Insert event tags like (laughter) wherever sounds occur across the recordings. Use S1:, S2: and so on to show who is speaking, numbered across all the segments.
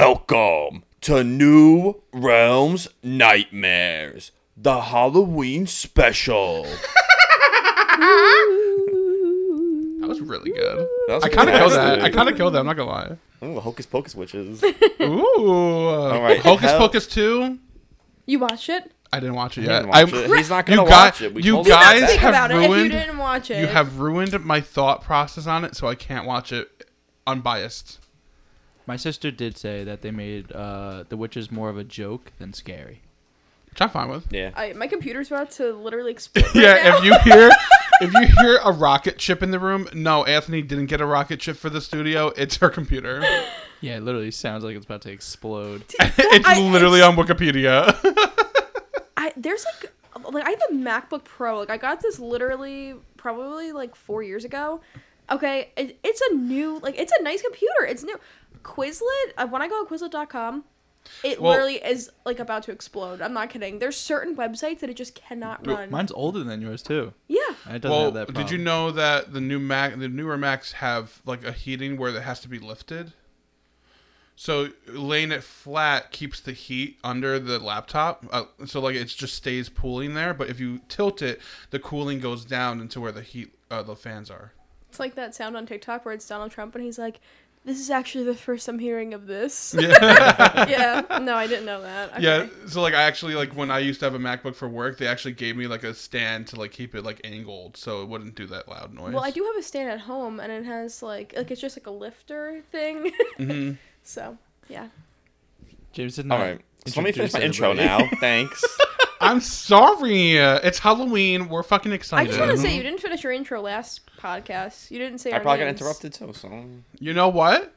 S1: Welcome to New Realms Nightmares, the Halloween (laughs) special.
S2: That was really good.
S1: That was
S2: I kind of killed
S1: fantastic.
S2: that. I kind of killed that. I'm not gonna lie.
S1: Ooh, Hocus Pocus witches.
S2: Ooh.
S1: right,
S2: Hocus
S1: Oh hell-
S2: Pocus two.
S3: You watched it?
S2: I didn't watch it
S1: He
S2: yet.
S1: didn't watch
S2: I-
S1: it. He's not gonna
S2: you
S1: watch
S2: guys-
S1: it. We
S2: you
S1: told him
S2: Oh, guys
S1: that.
S3: Think
S2: have
S3: about it if you
S2: ruined.
S3: didn't watch it.
S2: you have ruined my thought process on it, so I can't watch it unbiased.
S4: My sister did say that they made uh, the witches more of a joke than scary.
S2: Which I'm fine with.
S1: yeah.
S3: I, my computer's about
S2: (laughs)
S3: to literally explode. right
S2: Yeah,
S3: now.
S2: if you
S3: (laughs)
S2: hear if you hear a rocket ship in the room, no, Anthony didn't get a rocket ship for the studio. It's her
S3: (laughs)
S2: computer.
S4: Yeah, it literally sounds like it's about to explode.
S2: it's
S3: I-
S2: literally on Wikipedia.
S3: I there's like like I have a MacBook Pro. Like I got this literally probably like four years ago. Okay, it, it's a new like it's a nice computer. It's new. Quizlet. uh, When I go on Quizlet.com, it
S2: Well-
S3: literally is like about to explode. I'm not kidding. There's certain websites that it just cannot run.
S4: Mine's older than yours too.
S3: yeah.
S4: And it doesn't
S2: well,
S4: have that problem.
S2: did you know that the new Mac, the newer Macs have like a heating where it has to be lifted? So laying it flat keeps the heat under the laptop, uh, so like it just stays pooling there. But if you tilt it, the cooling goes down into where the heat, uh, the fans are.
S3: It's like that sound on TikTok where it's Donald Trump and he's like, "This is actually the first I'm hearing of this." Yeah. No, I didn't know that. Okay.
S2: Yeah, so like I actually like when I used to have a MacBook for work, they actually gave me like a stand to like keep it like angled so it wouldn't do that loud noise.
S3: Well, I do have a stand at home, and it has like like it's just like a lifter thing. (laughs) so yeah,
S4: James did
S1: All
S4: not.
S1: right. So let me finish my intro
S4: introduce everybody.
S1: now. (laughs) Thanks.
S2: I'm sorry. It's Halloween. We're fucking
S3: I
S2: excited.
S3: just want to say you didn't finish your intro last podcast. You didn't say
S1: I
S3: our
S1: probably got
S3: names.
S1: interrupted too, so
S2: You know what?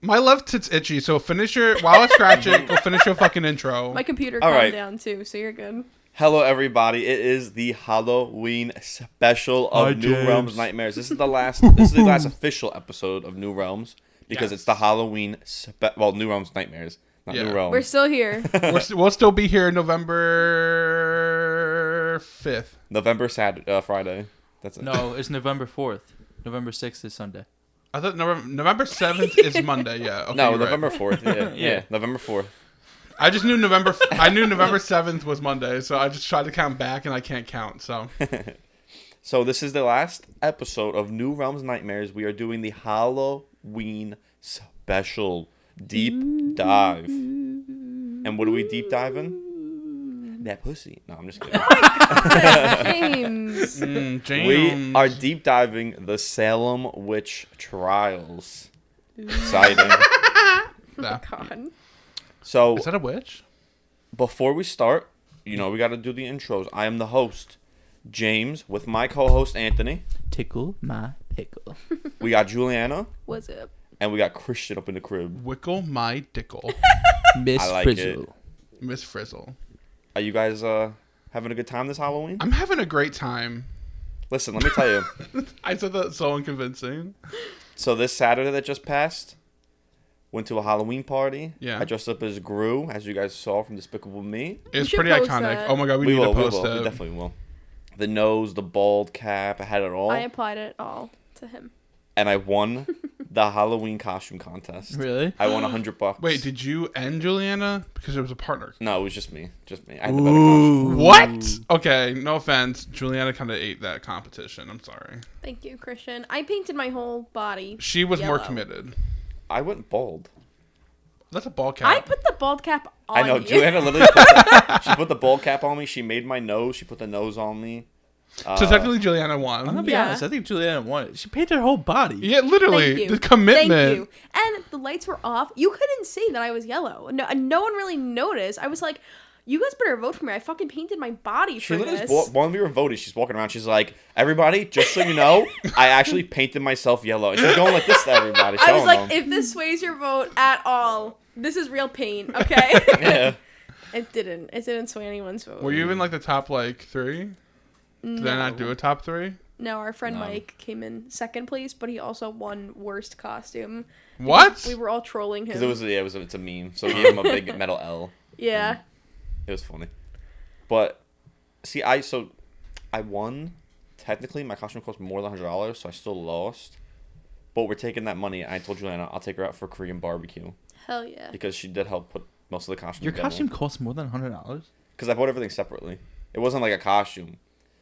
S2: My left tit's itchy, so finish your while I scratch it. Go finish your fucking intro.
S3: (laughs) My computer
S1: All
S3: calmed
S1: right.
S3: down too, so you're good.
S1: Hello, everybody! It is the Halloween special of
S2: Hi,
S1: New Realms
S2: James.
S1: Nightmares. This is the last. this is the
S2: (laughs)
S1: last official episode of New Realms because it's the
S2: Yes.
S1: Halloween. Spe- well, New Realms Nightmares, not
S2: Yeah.
S1: New
S3: We're
S1: Realms. (laughs)
S3: still here.
S2: We're st- we'll still be here November fifth.
S1: November Saturday, uh, Friday. That's it.
S4: (laughs) No, it's November fourth. November sixth is Sunday.
S2: I thought November November seventh
S3: (laughs)
S2: is Monday. Yeah. Okay,
S1: no,
S2: you're right.
S1: November fourth.
S2: (laughs)
S1: Yeah, yeah. November fourth.
S2: I just knew November. f- I knew November seventh was Monday, so I just tried to count back, and I can't count.
S1: (laughs)
S2: So
S1: So this is the last episode of New Realms Nightmares. We are doing the Halloween special deep dive. And what are we deep diving? That pussy. No, I'm just kidding.
S3: James.
S2: mm,
S1: We
S2: James.
S1: are deep diving the Salem witch trials.
S2: (laughs)
S1: Exciting.
S2: Nah.
S3: God.
S1: so
S2: Is that a witch?
S1: before we start, you know we got to do the intros. I am the host, James, with my co-host Anthony.
S4: Tickle my (laughs) pickle.
S1: We got Juliana,
S3: What's up?
S1: and we got Christian up in the crib.
S2: Wickle my
S1: (laughs)
S2: dickle,
S4: Miss
S1: I like
S4: Frizzle.
S1: it.
S2: Miss Frizzle.
S1: Are you guys uh having a good time this Halloween?
S2: I'm having a great time. (laughs)
S1: Listen, let me tell
S4: (laughs)
S1: you.
S2: I said that so unconvincing.
S1: So this Saturday that just passed, went to a Halloween party.
S2: Yeah.
S1: I dressed up as Gru, as you guys saw from Despicable Me.
S2: It's
S3: should
S2: pretty
S3: post
S2: iconic.
S3: that.
S2: Oh my god, we,
S1: We,
S2: need
S1: will,
S2: to
S1: we
S2: post
S1: will, we
S2: it.
S1: definitely will. The nose, the bald cap, I had it all,
S3: I applied it all to him.
S1: and I won the Halloween costume contest.
S4: Really?
S1: I won a hundred bucks.
S2: Wait, did you and Juliana? Because it was a partner.
S1: no, it was just me, just me. I had the better costume.
S2: What? Okay, no offense. Juliana kind of ate that competition. I'm sorry.
S3: Thank you, Christian. I painted my whole body.
S2: She was more
S3: Yellow.
S2: committed.
S1: I went bald.
S2: That's a ball
S3: I
S2: cap.
S3: put the bald cap on.
S1: I know.
S3: You.
S1: Juliana literally put the, she put the bald cap on me. She made my nose. She put the nose on me. Uh,
S2: so technically, Juliana
S4: I'm
S2: won.
S4: gonna be
S3: Yeah.
S4: honest. I think Juliana won it. She painted her whole body.
S2: Yeah, literally,
S3: (laughs) Thank you.
S2: the commitment.
S3: Thank you. And the lights were off. You couldn't see that I was yellow. No, and no one really noticed. I was like, you guys better vote for me. I fucking painted my body
S1: She
S3: for
S1: literally,
S3: this.
S1: wa- when we were voting, she's walking around. She's like, "Everybody, just so you know, I actually painted myself yellow." And she's going like this to everybody.
S3: I was
S1: showing
S3: like,
S1: them.
S3: if this sways your vote at all, this is
S1: (laughs)
S3: real pain. Okay.
S1: Yeah.
S3: it didn't. It didn't sway anyone's vote.
S2: Were you in like the top like three? Did I not do a top three?
S3: No, our friend
S4: No.
S3: Mike came in second place, but he also won worst costume.
S2: What?
S3: We were all trolling him.
S1: Because it was yeah, it was it's a meme. So we gave him a big metal L.
S3: yeah.
S1: It was funny. But see, I so I won. Technically, my costume cost more than hundred dollars, so I still lost. But we're taking that money. and I told Juliana I'll take her out for Korean barbecue.
S3: Hell yeah.
S1: because she did help put most of the costume.
S4: Your costume costs more than hundred dollars.
S1: because I bought everything separately. It wasn't like a costume.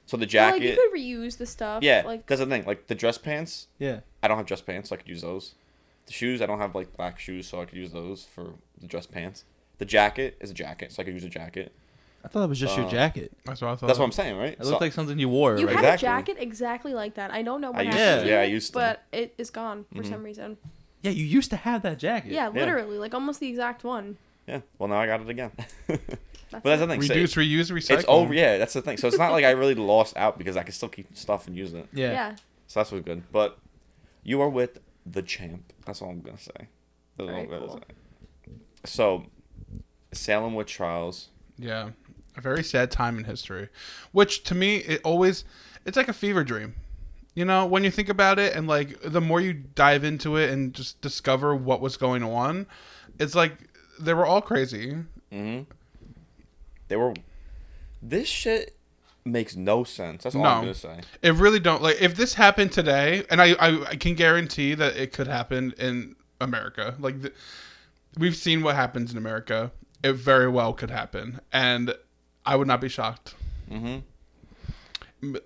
S1: So the
S3: Well,
S1: jacket,
S3: Like, you could reuse the stuff.
S1: yeah,
S3: Like,
S1: that's the thing. Like the dress pants,
S4: Yeah.
S1: I don't have dress pants, so I could use those. The shoes, I don't have like black shoes, so I could use those for the dress pants. The jacket is a jacket, so I could use a jacket.
S4: I thought that was just your
S1: Uh,
S4: jacket.
S2: That's what I thought.
S1: That's what I'm saying, right?
S4: It
S1: So-
S4: looked like something you wore,
S3: you
S4: right?
S3: had a
S1: Exactly.
S3: jacket exactly like that. I don't know
S1: I
S3: what
S1: used
S3: happened.
S4: to-
S3: to
S1: yeah, I
S3: it,
S1: used to. Mm-hmm.
S3: But it is gone for some reason.
S4: yeah, you used to have that jacket.
S3: Yeah, literally, like almost the exact one.
S1: yeah. Well, now I got it again. (laughs) but that's
S3: That's it.
S1: the thing. so
S2: Reduce, reuse, recycle.
S1: it's over. Yeah, that's the thing. So it's not like I really lost out because I can still keep stuff and use it.
S4: Yeah.
S3: Yeah.
S1: So that's what's good. But you are with the champ. That's all I'm gonna say. That's all I'm
S3: Alright,
S1: gonna
S3: cool.
S1: say. So Salem witch trials.
S2: Yeah, a very sad time in history, which to me it always it's like a fever dream. You know, when you think about it, and like the more you dive into it and just discover what was going on, it's like they were all crazy.
S1: hmm They were. This shit makes no sense. That's all
S2: No.
S1: I'm gonna say.
S2: It really don't like if this happened today, and I I, I can guarantee that it could happen in America. Like the, we've seen what happens in America, it very well could happen, and I would not be shocked.
S1: Mm-hmm.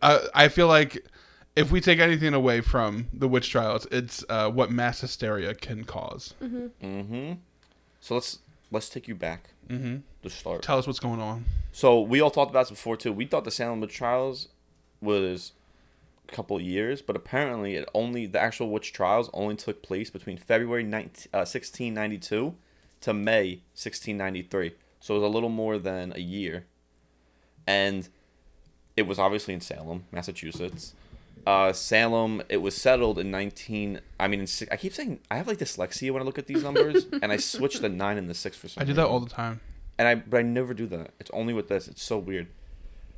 S2: uh, I feel like if we take anything away from the witch trials, it's uh, what mass hysteria can because
S1: Mm-hmm. So let's let's take you back
S2: Mm-hmm.
S1: to start.
S2: Tell us what's going on.
S1: So we all talked about this before too. We thought the Salem witch trials was a couple of years, but apparently it only the actual witch trials only took place between February 19, uh, 1692 to May 1693. So it was a little more than a year, and it was obviously in Salem, Massachusetts. Uh, Salem. It was settled in 19. I mean, in, si- I keep saying I have like dyslexia when I look at these numbers, and I switch the nine and the six for some.
S2: I do
S1: reason
S2: that all the time.
S1: and I but I never do that. It's only with this. It's so weird.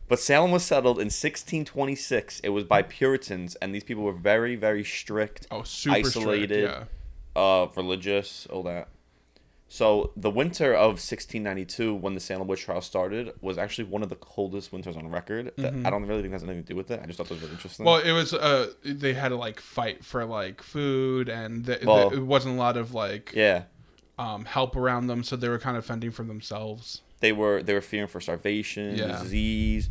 S1: But Salem was settled in 1626. It was by Puritans, and these people were very, very strict,
S2: Oh, super
S1: Isolated.
S2: Strict.
S1: uh, religious, all that. So the winter of 1692, when the Salem witch trial started, was actually one of the coldest winters on record. That I don't really think that's anything to do with it. I just thought that was really
S2: Yeah.
S1: interesting.
S2: Mm-hmm. Well, it was uh, they had to like fight for like food, and th- th-
S1: Well-
S2: it wasn't a lot of like
S1: yeah,
S2: um help around them, so they were kind of fending for themselves.
S1: they were they were fearing for starvation,
S2: Yeah.
S1: disease.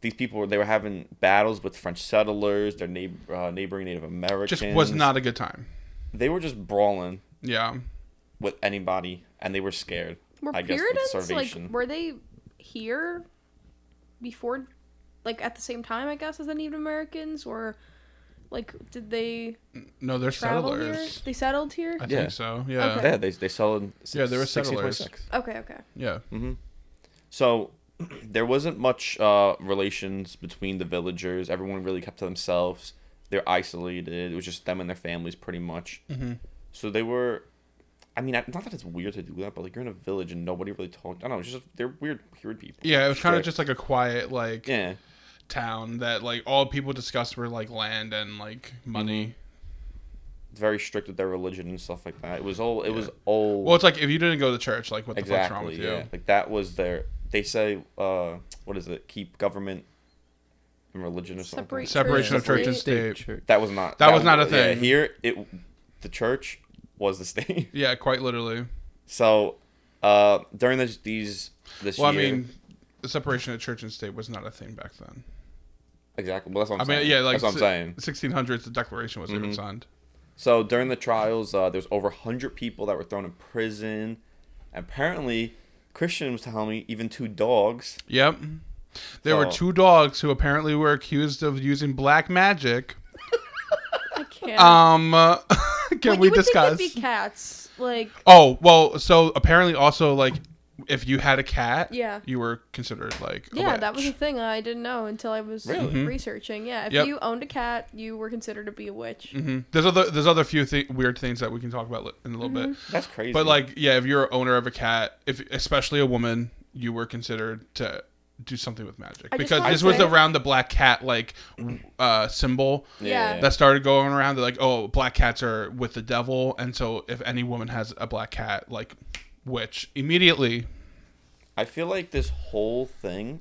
S1: These people were they were having battles with French settlers, their neighbor, uh, neighboring Native Americans.
S2: Just was not a good time.
S1: They were just brawling.
S2: Yeah,
S1: with anybody, and they were scared.
S3: Were
S1: I guess with
S3: Puritans like
S1: starvation.
S3: were they here before, like at the same time? I guess as the Native Americans, or like did they
S2: no, they're
S3: travel here?
S2: settlers.
S3: They settled here.
S2: I
S1: Yeah.
S2: think so. Yeah,
S3: Okay.
S1: yeah, they they sold.
S2: Yeah, they were settlers.
S3: Okay, okay.
S2: yeah.
S1: So there wasn't much uh, relations between the villagers. Everyone really kept to themselves. They're isolated. It was just them and their families, pretty much.
S2: Mm-hmm.
S1: So they were. I mean, I- not that it's weird to do that, but like you're in a village and nobody really talked. I don't know. It's just they're weird, weird people.
S2: Yeah, it was kind of
S1: Strict.
S2: just like a quiet, like
S1: Yeah.
S2: town that like all people discussed were like land and like
S1: Mm-hmm.
S2: money.
S1: Very strict with their religion and stuff like that. It was all. It was all.
S2: Well, it's like if you didn't go to church, like what the fuck's wrong
S1: Exactly.
S2: with you?
S1: Yeah. Like that was their. They say, uh, what is it? Keep government and religion or something.
S3: Separate
S2: Separation of church and
S3: State.
S2: state.
S4: church.
S1: That was not.
S2: That was not a
S1: yeah,
S2: thing.
S1: here, it, the church was the (laughs) state.
S2: Yeah, quite literally.
S1: So, uh, during this, these this
S2: Well, I
S1: year,
S2: mean, the separation of church and state was not a thing back then.
S1: exactly. Well, that's what
S2: i
S1: I'm
S2: mean,
S1: saying.
S2: yeah, like
S1: that's what I'm saying. Mm-hmm.
S2: 1600s, the Declaration was even signed.
S1: So during the trials, uh, there's over 100 people that were thrown in prison. Apparently, Christian was telling me even two dogs.
S2: Yep. There were
S1: So-
S2: two dogs who apparently were accused of using black magic.
S3: I can't.
S2: Um, (laughs) can
S3: Like,
S2: we
S3: you would
S2: discuss?
S3: Think it'd be cats, like
S2: Oh well, so apparently also like if you had a cat,
S3: Yeah.
S2: you were considered like a
S3: yeah, that was a
S2: witch.
S3: thing I didn't know until I was
S1: Really?
S3: researching. Yeah, if
S2: Mm-hmm. Yep.
S3: you owned a cat, you were considered to be a witch.
S2: Mhm. There's other there's other few th- weird things that we can talk about li- in a little
S3: Mm-hmm.
S2: bit.
S1: That's crazy.
S2: But like, yeah, if you're an owner of a cat, if especially a woman, you were considered to do something with magic
S3: I just
S2: because
S3: wanna
S2: this was
S3: say-
S2: around the black cat like uh, symbol
S3: Yeah.
S2: that started going around. They're like, oh, black cats are with the devil, and so if any woman has a black cat, like witch, immediately.
S1: I feel like this whole thing,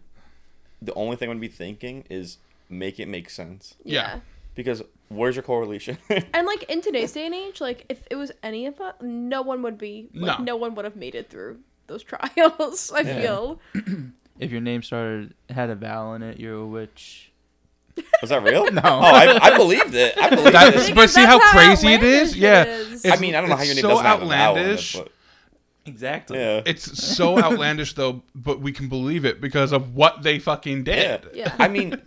S1: the only thing I'm gonna be thinking is make it make sense.
S2: Yeah.
S1: because where's your correlation? (laughs)
S3: And like in today's day and age, like if it was any of us, no one would be. Like,
S2: No.
S3: no. one would have made it through those (laughs) trials. I
S1: Yeah.
S3: feel.
S4: If your name started had a vowel in it, you're a witch.
S1: Was that real?
S4: No.
S1: Oh, I, I believed it. I believed
S2: That-
S1: it.
S2: but see
S3: That's
S2: how
S3: how
S2: crazy it is.
S3: outlandish it
S2: yeah,
S3: is.
S1: I
S2: It's-
S1: mean, I don't know how
S2: it's
S1: your name
S2: so
S1: doesn't have an owl in it,
S2: outlandish.
S1: but-
S4: Exactly.
S1: yeah.
S2: It's so outlandish though, but we can believe it because of what they fucking
S1: yeah.
S2: did.
S3: Yeah.
S1: I mean,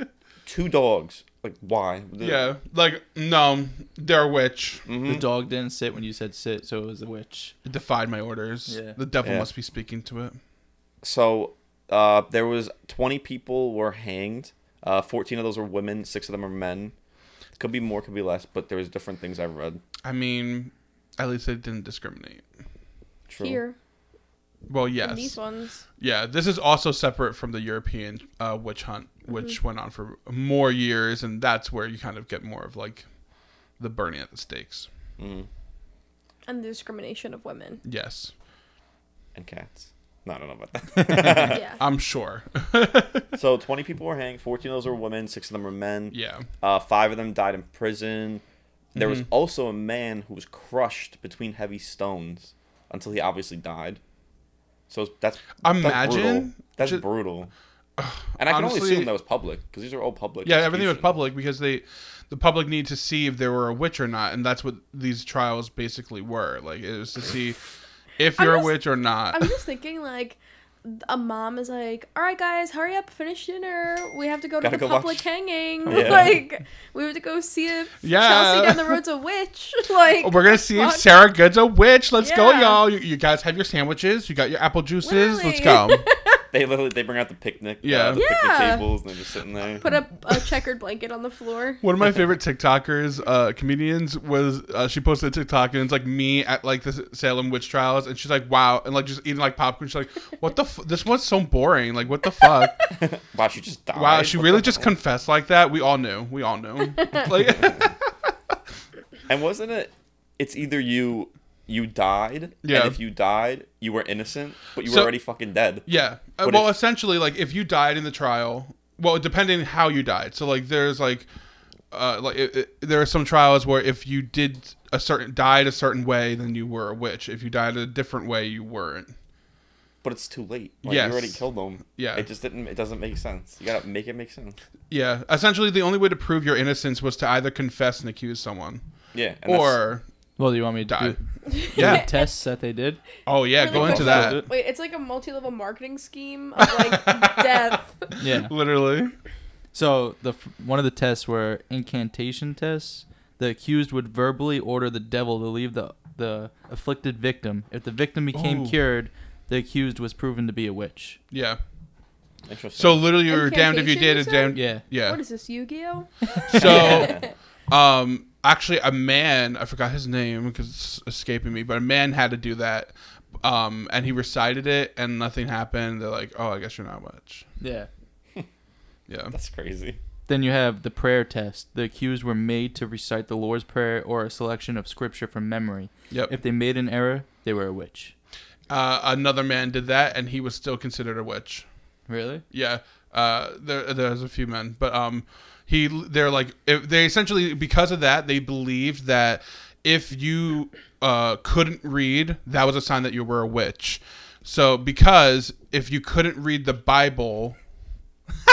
S1: two dogs. Like, why?
S2: Yeah, like no, they're a witch.
S4: The dog didn't sit when you said sit, so it was a witch.
S2: It defied my orders.
S4: Yeah.
S2: The devil
S1: Yeah.
S2: must be speaking to it.
S1: So uh, there was 20 people were hanged. Uh, 14 of those were women. Six of them are men. Could be more, could be less, but there was different things I read.
S2: I mean, at least they didn't discriminate.
S1: True.
S3: Here,
S2: Well,
S3: in
S2: yes,
S3: these ones.
S2: yeah. This is also separate from the European uh, witch hunt,
S3: Mm-hmm.
S2: which went on for more years, and that's where you kind of get more of like the burning at the stakes.
S3: And the discrimination
S1: (laughs)
S3: of women.
S2: Yes,
S1: And cats. No, I don't know about that. (laughs)
S3: yeah.
S2: I'm sure. (laughs)
S1: so 20 people were hanged. 14 of those were women. Six of them were men.
S2: yeah.
S1: Uh, five of them died in prison. There was
S2: Mm-hmm.
S1: also a man who was crushed between heavy stones until he obviously died. So that's that's brutal.
S2: Imagine
S1: that's
S2: ju-
S1: brutal. And I can only
S2: honestly-
S1: assume that was public because these are all public.
S2: Yeah, everything was
S1: executions.
S2: public because they, the public need to see if they were a witch or not, and that's what these trials basically were. Like it was to see if
S3: I'm
S2: you're
S3: just-
S2: a witch or not.
S3: I'm just thinking like a mom is like, "All right, guys, hurry up, finish dinner. We have to go to
S1: Gotta
S3: the
S1: go
S3: public
S1: watch-
S3: hanging.
S1: Yeah.
S3: (laughs) Like, we have to go see if
S2: Yeah.
S3: Chelsea down the road's a witch. (laughs) like,
S2: Oh, We're gonna see if
S3: fuck.
S2: Sarah Good's a witch. Let's go,
S3: Yeah.
S2: y'all. You, you guys have your sandwiches. You got your apple juices. Let's
S3: Literally.
S2: go.
S3: (laughs)
S1: They literally they bring out the picnic.
S2: Yeah.
S1: uh, the picnic
S3: Yeah.
S1: tables and they're just sitting there.
S3: put up a checkered blanket on the floor."
S2: One of my favorite TikTokers, uh, comedians, was uh, she posted a TikTok and it's like me at like the Salem witch trials, and she's like, "Wow," and like just eating like popcorn. She's like, "What the? F- this one's so boring. Like, what the fuck?"
S1: (laughs) wow, she just died.
S2: Wow, she
S1: What
S2: really
S1: the
S2: just
S1: hell?
S2: confessed like that. We all knew. We all
S3: (laughs)
S2: knew. Like,
S1: And wasn't it? It's either you you died,
S2: Yeah.
S1: and if you died, you were innocent, but you were
S2: So-
S1: already fucking dead.
S2: yeah.
S1: (laughs)
S2: Uh,
S1: What
S2: well,
S1: if-
S2: essentially, like if you died in the trial, well, depending how you died. So like, there's like, uh, like it, it- there are some trials where if you did a certain died a certain way, then you were a witch. If you died a different way, you weren't.
S1: But it's too late. Like,
S2: Yes.
S1: You already killed them.
S2: Yeah.
S1: It just didn't. It doesn't make sense. You gotta make it make sense.
S2: Yeah. Essentially, the only way to prove your innocence was to either confess and accuse someone,
S1: Yeah. and that's-
S2: or
S4: Well, do you want me to
S2: die.
S4: do the
S2: Yeah.
S4: (laughs) tests that they did?
S2: Oh yeah,
S3: Really
S2: go into
S3: quick,
S2: that.
S3: Wait, it's like a multi-level marketing scheme of
S2: (laughs)
S3: like death.
S4: Yeah.
S2: Literally.
S4: So the f- one of the tests were incantation tests. The accused would verbally order the devil to leave the the afflicted victim. If the victim became
S2: Ooh.
S4: cured, the accused was proven to be a witch.
S2: Yeah.
S1: Interesting.
S2: So literally, you were damned if you
S3: Incantation,
S2: did,
S3: you
S2: and
S3: said?
S2: damned.
S4: Yeah.
S2: Yeah.
S3: What is this, Yu-Gi-Oh?
S2: So, um, actually, a man I forgot his name because it's escaping me, but a man had to do that, um, and he recited it, and nothing happened. They're like, "Oh, I guess you're not much."
S4: Yeah.
S2: Yeah,
S1: that's crazy.
S4: Then you have the prayer test. The accused were made to recite the Lord's Prayer or a selection of scripture from memory.
S2: yep.
S4: If they made an error, they were a witch.
S2: uh, another man did that, and he was still considered a witch.
S4: Really?
S2: Yeah, uh, there there's a few men, but um, he they're like if they essentially because of that they believed that if you uh couldn't read that was a sign that you were a witch. So because if you couldn't read the Bible, (laughs)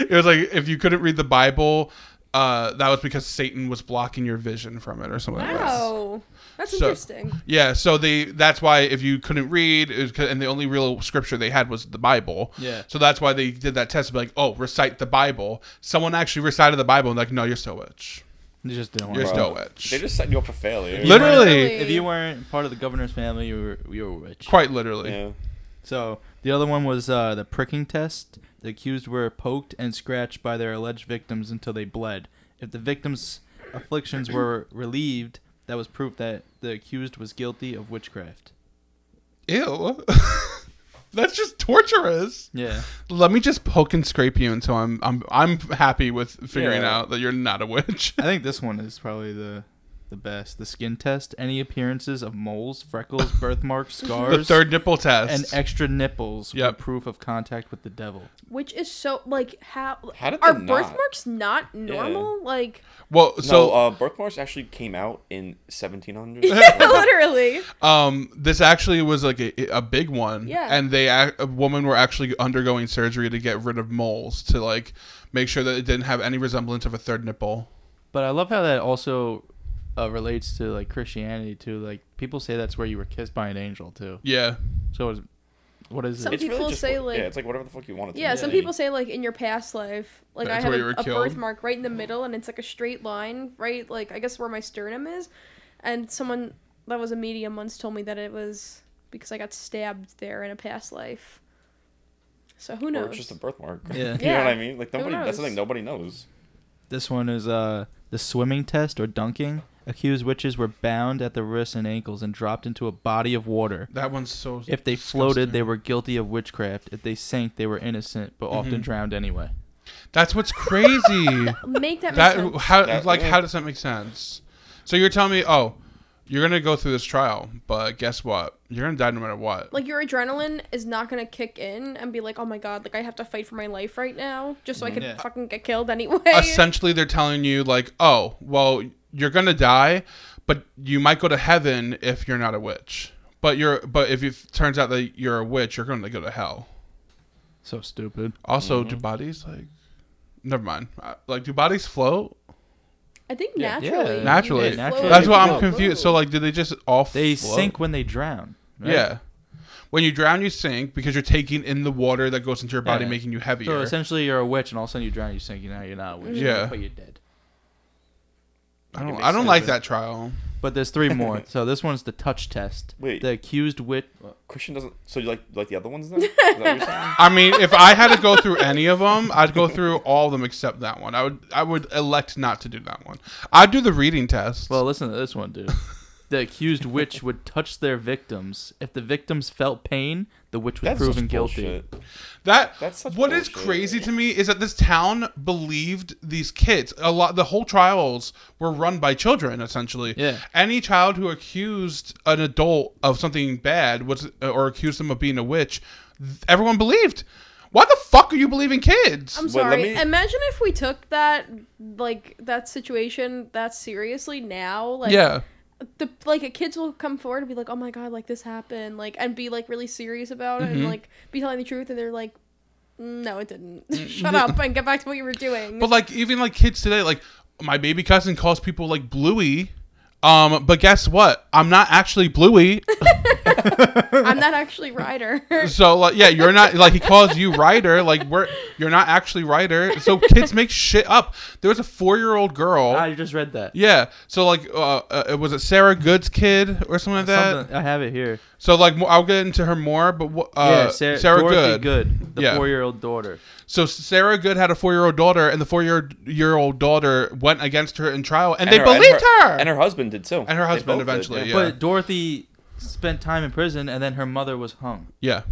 S2: it was like if you couldn't read the Bible, uh, that was because Satan was blocking your vision from it or something. like that.
S3: Wow, that's
S2: So-
S3: interesting.
S2: Yeah, so they that's why if you couldn't read, it was 'cause- and the only real scripture they had was the Bible.
S4: Yeah.
S2: So that's why they did that test, to be like, oh, recite the Bible. Someone actually recited the Bible, and like, no, you're still a witch.
S4: They just didn't want
S2: You're
S4: to.
S2: still a
S1: Bro,
S2: witch.
S1: They just set you up for failure.
S4: Lit-
S2: literally,
S3: Literally.
S4: If you weren't part of the governor's family, you were you were a witch.
S2: quite literally.
S1: Yeah.
S4: So the other one was uh, the pricking test. The accused were poked and scratched by their alleged victims until they bled. If the victims' afflictions were relieved, that was proof that the accused was guilty of witchcraft.
S2: Ew. (laughs) that's just torturous.
S4: Yeah.
S2: Let me just poke and scrape you until I'm I'm I'm happy with figuring
S1: Yeah.
S2: out that you're not a witch. (laughs)
S4: I think this one is probably the the best. The skin test, any appearances of moles,
S2: (laughs)
S4: freckles, birthmarks, scars,
S2: The third nipple test.
S4: and extra nipples were
S2: Yep.
S4: proof of contact with the devil.
S3: Which is so like how
S1: How did
S3: are
S1: they not?
S3: birthmarks not normal?
S2: (laughs)
S3: Like (laughs)
S2: well,
S1: So
S2: so
S1: no, uh, birthmarks actually came out in
S3: (laughs)
S1: 1700.
S3: literally.
S2: um, this actually was like a, a big one.
S3: Yeah.
S2: And they ac- a woman were actually undergoing surgery to get rid of moles to like make sure that it didn't have any resemblance of a third nipple.
S4: But I love how that also uh, relates to like Christianity too. Like people say that's where you were kissed by an angel too.
S2: Yeah.
S4: So it's- what is
S3: Some
S4: it?
S1: It's really
S3: people
S1: just
S3: say,
S1: what-
S3: like-
S1: yeah, it's like whatever the fuck you want it to
S3: Yeah,
S1: be.
S3: some people say like in your past life, like
S2: That's
S3: I
S2: where
S3: have
S2: you were
S3: a, a
S2: killed?
S3: birthmark right in the middle, and it's like a straight line, right? Like I guess where my sternum is, and someone that was a medium once told me that it was because I got stabbed there in a past life. So who
S1: Or
S3: knows?
S1: it's just a (laughs) birthmark.
S4: Yeah.
S1: you know
S3: Yeah.
S1: what I mean? Like
S3: Who
S1: nobody. That's the
S3: knows?
S1: thing. Nobody knows.
S4: This one is uh the swimming test or dunking. Accused witches were bound at the wrists and ankles and dropped into a body of water.
S2: That one's so.
S4: If they floated,
S2: disgusting.
S4: they were guilty of witchcraft. If they sank, they were innocent, but
S2: Mm-hmm.
S4: often drowned anyway.
S2: That's what's crazy.
S3: Make (laughs) that, make
S2: that
S3: sense.
S2: how
S1: That-
S2: like
S1: yeah.
S2: how does that make sense? So you're telling me, oh, you're gonna go through this trial, but guess what? You're gonna die no matter what.
S3: like your adrenaline is not gonna kick in and be like, oh my god, like I have to fight for my life right now just so I can
S4: Yeah.
S3: fucking get killed anyway.
S2: Essentially, they're telling you like, oh, well, you're gonna die, but you might go to heaven if you're not a witch. But you're but if it turns out that you're a witch, you're gonna go to hell.
S4: So stupid.
S2: Also, do bodies like? Never mind. Uh, Like, do bodies float
S3: I think
S4: Yeah.
S3: naturally.
S4: Yeah,
S2: naturally?
S4: they naturally
S2: That's what
S4: float.
S2: I'm confused. So like, do they just all
S4: They
S2: float?
S4: sink when they drown. right?
S2: Yeah. When you drown, you sink because you're taking in the water that goes into your body,
S4: Yeah.
S2: making you
S4: So
S2: heavier.
S4: essentially, you're a witch, and all of a sudden you drown. You sink. You know you're not a witch.
S2: Yeah.
S4: but you're dead.
S2: I don't.
S1: makes
S2: I don't
S1: sense.
S2: like that trial.
S4: But
S2: (laughs)
S4: there's three more. so this one's the touch test.
S1: Wait.
S4: The accused witch.
S1: Christian doesn't. So you like like the other ones then? Is that what
S3: (laughs)
S1: you're saying?
S2: I mean, if I had to go through any of them, I'd go through all of them except that one. I would. I would elect not to do that one. I'd do the reading test.
S4: Well, listen to this one, dude. the
S2: (laughs)
S4: accused witch would touch their victims. If the victims felt pain, the witch was
S1: That's
S4: proven
S1: such
S4: guilty.
S1: bullshit.
S2: that
S1: that's such
S2: what is
S1: bullshit.
S2: crazy to me is that this town believed these kids. A lot. The whole trials were run by children, essentially.
S4: Yeah.
S2: Any child who accused an adult of something bad was, or accused them of being a witch, th- everyone believed. Why the fuck are you believing kids?
S3: I'm
S1: Wait, let
S3: sorry.
S1: me-
S3: Imagine if we took that like that situation that seriously now. Like
S2: yeah.
S3: the like kids will come forward and be like, Oh my god, like this happened like and be like really serious about it and like be telling the truth and they're like "Mm, no, it didn't. (laughs) Shut up and get back to what you were doing.
S2: But like even like kids today, like my baby cousin calls people like Bluey. Um, but guess what? I'm not actually Bluey.
S3: I'm not actually (laughs) Ryder.
S2: So like yeah, you're not like he calls you Ryder. Like we're you're not actually Ryder. So kids make shit up. There was a four year old girl.
S4: Ah, you just read that.
S2: yeah. So like uh, uh was it Sarah Good's kid or something like that?
S4: Something- I have it here.
S2: So like mo- I'll get into her more, but wha- uh,
S4: yeah, Sarah,
S2: Sarah,
S4: Dorothy
S2: Good.
S4: Good, the
S2: Yeah.
S4: four-year-old daughter.
S2: So Sarah Good had a four year old daughter, and the four year year old daughter went against her in trial, and, they believed her.
S1: and her husband did too.
S2: And
S1: They
S2: her husband
S1: both did,
S2: eventually, yeah.
S4: But Dorothy spent time in prison, and then her mother was hung.
S2: yeah.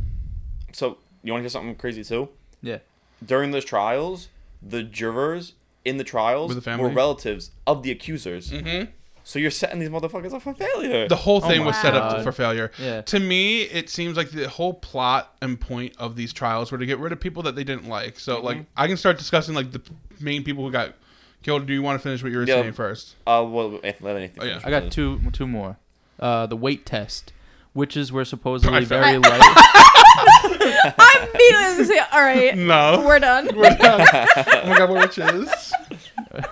S1: So you want to hear something crazy too?
S4: Yeah.
S1: During those trials, the jurors in the trials
S2: Were the family?
S1: were relatives of the accusers. Mm-hmm. So you're setting these motherfuckers up for failure.
S2: the whole
S4: Oh
S2: thing
S4: my
S2: was set up
S4: God.
S2: for failure.
S4: Yeah.
S2: To me, it seems like the whole plot and point of these trials were to get rid of people that they didn't like. So,
S4: Mm-hmm.
S2: like, I can start discussing like the main people who got killed. Do you want to finish what you were
S1: Yeah.
S2: saying first?
S1: Uh, well, if, let Nathan
S2: Oh, yeah.
S1: finish
S4: I got
S1: with
S4: two two more. Uh, the weight test. Witches were supposedly
S2: I fell.
S4: very light.
S3: I'm immediately gonna say, All
S2: (laughs)
S3: right,
S2: No.
S3: we're done.
S4: (laughs)
S2: oh my god, we're witches.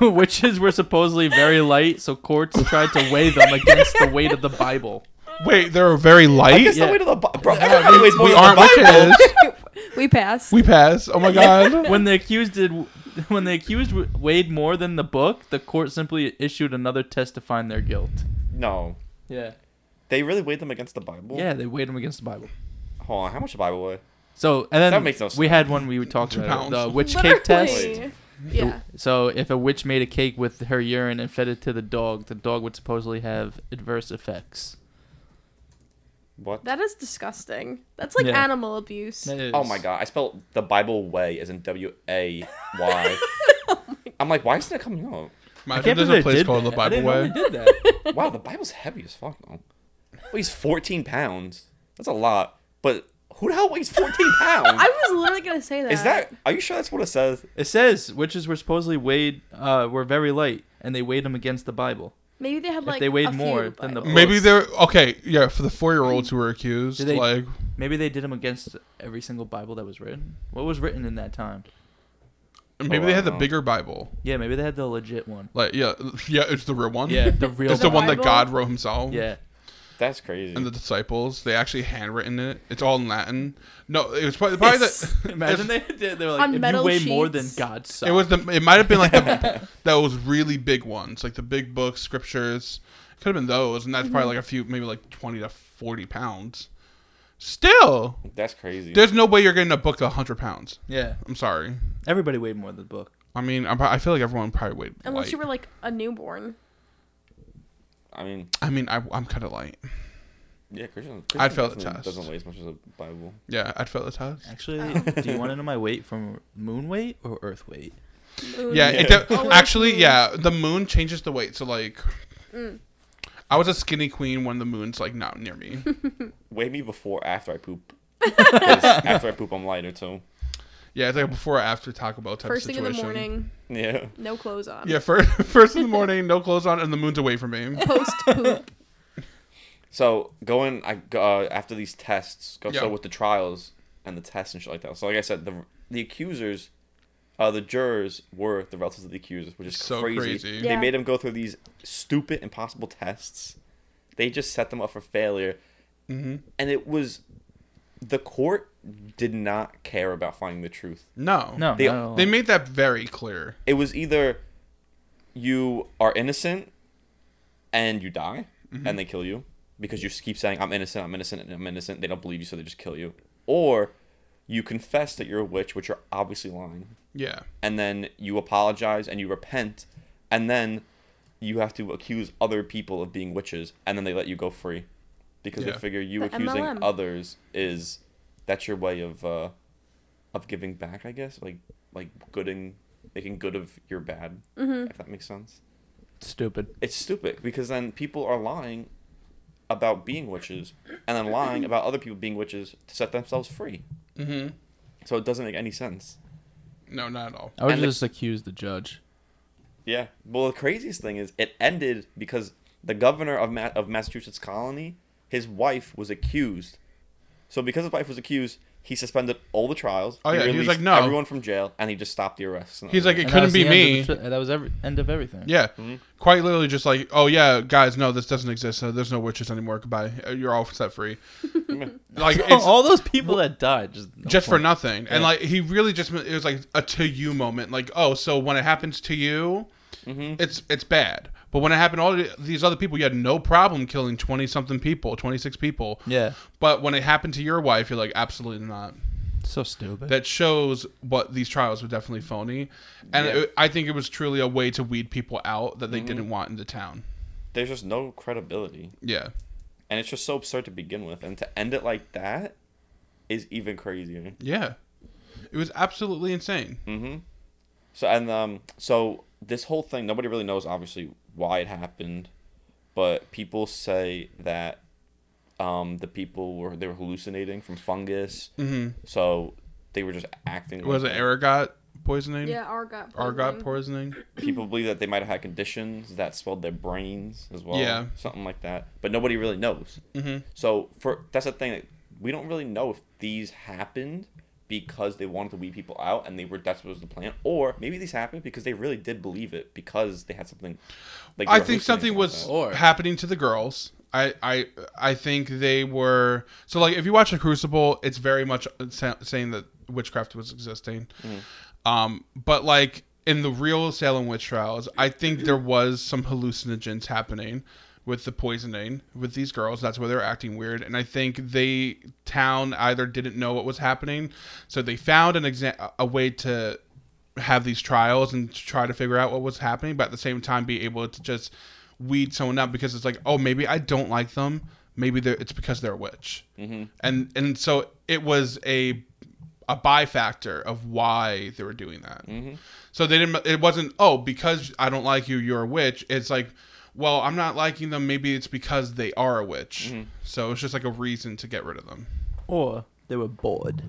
S4: Witches were supposedly very light, so courts tried to weigh them against the weight of the Bible.
S2: Wait, they're very
S1: I guess
S2: light.
S4: Yeah.
S1: the weight of the Bi- bro. Everybody weighs more
S2: We
S1: than the
S2: aren't
S1: Bible.
S2: witches.
S3: (laughs) we pass.
S2: We pass. Oh my god.
S4: (laughs) when the accused did when the accused w- weighed more than the book the court simply issued another test to find their guilt
S1: No,
S4: yeah
S1: they really weighed them against the Bible.
S4: yeah they weighed them against the bible
S1: Hold on, how much the Bible weigh?
S4: so and then
S1: That makes no sense.
S4: we had one we talked
S2: pounds.
S4: about the witch
S3: Literally.
S4: cake test
S3: Yeah.
S4: so if a witch made a cake with her urine and fed it to the dog the dog would supposedly have adverse effects
S1: What?
S3: That is disgusting. That's like
S4: Yeah.
S3: animal abuse. (laughs)
S1: oh my god! I spelled
S4: (laughs)
S1: the Bible way as in W A Y. I'm like, why isn't it coming up?
S2: My,
S4: I can't
S2: there's
S4: believe
S2: a
S4: they
S2: place
S4: did
S2: called
S4: that.
S2: the
S4: I
S2: Bible
S4: didn't know
S2: Way.
S4: they did that.
S1: Wow, the Bible's heavy as fuck, though. Weighs 14 pounds. That's a lot. But who the hell weighs 14
S4: (laughs)
S1: pounds?
S3: I was literally gonna say that.
S1: Is that? Are you sure that's what it says?
S4: It says witches were supposedly weighed, uh, were very light, and they weighed them against the Bible.
S3: maybe they had
S4: If
S3: like
S4: they weighed
S3: a few
S4: more than the-
S3: Bibles.
S2: Maybe they're okay. Yeah, for the four-year-olds who were accused,
S4: Did they-
S2: like
S4: Maybe they did them against every single Bible that was written. What was written in that time?
S2: maybe
S1: Oh,
S2: they
S1: I
S2: had the
S1: don't know.
S2: bigger Bible.
S4: Yeah, maybe they had the legit one.
S2: Like yeah, (laughs) yeah, it's the real one.
S4: Yeah, the real.
S2: it's the one that
S3: Bible?
S2: God wrote Himself.
S4: Yeah,
S1: That's crazy.
S2: and the disciples they actually handwritten it. It's all in Latin. No, it was probably, probably the
S4: (laughs) Imagine they did. They were like,
S3: On
S4: if you
S3: metal
S4: weigh more than
S3: sheets.
S4: God's son.
S2: It was the. It might have been like
S4: (laughs)
S2: the, those really big ones, like the big books, scriptures. Could have been those, and that's
S4: Mm-hmm.
S2: probably like a few, maybe like twenty to forty pounds. Still,
S1: that's crazy.
S2: there's no way you're getting a book a hundred pounds.
S4: Yeah,
S2: I'm sorry.
S4: everybody weighed more than the book.
S3: Oh.
S2: I mean, I'm, pro- I feel like everyone probably weighed.
S3: Unless
S2: light.
S3: you were like a newborn.
S1: I mean,
S2: I mean, I, I'm kind of light.
S1: yeah, Christian.
S2: I'd fail the
S1: doesn't,
S2: test.
S1: Doesn't weigh as much as a Bible.
S2: Yeah, I'd fail the test.
S4: Actually, do you want to know my weight from moon weight or earth weight?
S2: Yeah,
S1: Yeah.
S2: it de-
S3: Always
S2: actually,
S3: Oh, moon.
S2: yeah, the moon changes the weight. So like,
S3: Mm.
S2: I was a skinny queen when the moon's like not near
S3: (laughs)
S2: me.
S1: Weigh me before, after I poop. (laughs) 'Cause after I poop, I'm lighter too.
S2: yeah, it's like a before or after Taco Bell type
S3: First thing
S2: situation.
S3: in the morning,
S1: Yeah.
S3: no clothes on.
S2: Yeah, first, (laughs) first in the morning, no clothes on, and the moon's away from me.
S3: Post
S2: (laughs)
S3: poop.
S1: So going, I uh, after these tests, go
S2: Yeah.
S1: so with the trials and the tests and shit like that. So like I said, the the accusers, uh, the jurors were the relatives of the accusers, which is
S2: So
S1: crazy.
S2: crazy.
S1: They
S3: Yeah.
S1: made them go through these stupid, impossible tests. They just set them up for failure,
S2: hmm
S1: and it was the court did not care about finding the truth.
S2: No,
S4: No,
S1: They-
S4: not at all.
S2: they made that very clear.
S1: It was either you are innocent and you die, and they kill you because you keep saying I'm innocent, I'm innocent, and I'm innocent. They don't believe you, so they just kill you. Or you confess that you're a witch, which you're obviously lying,
S2: Yeah,
S1: and then you apologize and you repent, and then you have to accuse other people of being witches, and then they let you go free because
S2: Yeah.
S1: they figure you
S3: The
S1: accusing
S3: MLM.
S1: others is that's your way of uh, of giving back, I guess, like like gooding making good of your bad, if that makes sense.
S4: stupid.
S1: It's stupid because then people are lying about being witches and then lying about other people being witches to set themselves free.
S2: hmm
S1: So it doesn't make any sense.
S2: no, not at all.
S4: I would
S1: And the-
S4: just accuse the judge.
S1: Yeah. Well, the craziest thing is it ended because the governor of Ma- of Massachusetts colony, his wife was accused. So because his wife was accused, he suspended all the trials.
S2: Oh, yeah, he was
S1: released
S2: like, "No."
S1: everyone from jail, and he just stopped the arrests. and
S2: He's like,
S1: everything.
S2: it
S4: And that
S2: couldn't
S4: was the
S2: be
S4: end
S2: me.
S4: of the tri- that was every end of everything. (laughs)
S2: Yeah, quite literally, just like, oh yeah, guys, no, this doesn't exist. So there's no witches anymore. Goodbye. Uh, You're all set free. like
S4: all,
S2: it's
S4: all those people that died just no
S2: just for
S4: point.
S2: nothing. And like he really just it was like a to you moment. Like oh, so when it happens to you, it's it's bad. But when it happened to all the- these other people, you had no problem killing twenty something people, twenty six people.
S4: Yeah,
S2: But when it happened to your wife, you're like absolutely not.
S4: so stupid.
S2: That shows what these trials were definitely phony, and
S1: Yeah.
S2: it, I think it was truly a way to weed people out that they didn't want in the town.
S1: there's just no credibility.
S2: Yeah.
S1: and it's just so absurd to begin with and to end it like that is even crazier
S2: Yeah. It was absolutely insane.
S1: Mm-hmm. so and um so this whole thing nobody really knows obviously why it happened but people say that um the people were they were hallucinating from fungus mm-hmm. so they were just acting like
S2: Was it
S1: that.
S2: Aragot poisoning?
S3: Yeah, Mm-hmm. Argot.
S2: Argot
S3: poisoning.
S2: poisoning?
S1: people believe that they might have had conditions that swelled their brains as well
S2: Yeah.
S1: something like that but nobody really knows mm-hmm. so for that's the thing like, we don't really know if these happened because they wanted to weed people out and they were that's what was the plan or maybe these happened because they really did believe it because they had something like they
S2: I
S1: were
S2: think something
S1: hallucinating
S2: was
S1: like
S4: Or-
S2: happening to the girls. I, I I think they were so like if you watch the Crucible, it's very much sa- saying that witchcraft was existing, um, but like in the real Salem witch trials, I think there was some hallucinogens happening with the poisoning with these girls. That's why they were acting weird, and I think they town either didn't know what was happening, so they found an exa- a way to have these trials and to try to figure out what was happening, but at the same time be able to just weed someone out because it's like, oh, maybe I don't like them. Maybe they're, it's because they're a witch, mm-hmm. and and so it was a a by factor of why they were doing that.
S1: Mm-hmm.
S2: So they didn't. It wasn't oh because I don't like you, you're a witch. It's like well I'm not liking them. Maybe it's because they are a witch.
S1: Mm-hmm.
S2: So it's just like a reason to get rid of them.
S4: Or they were bored.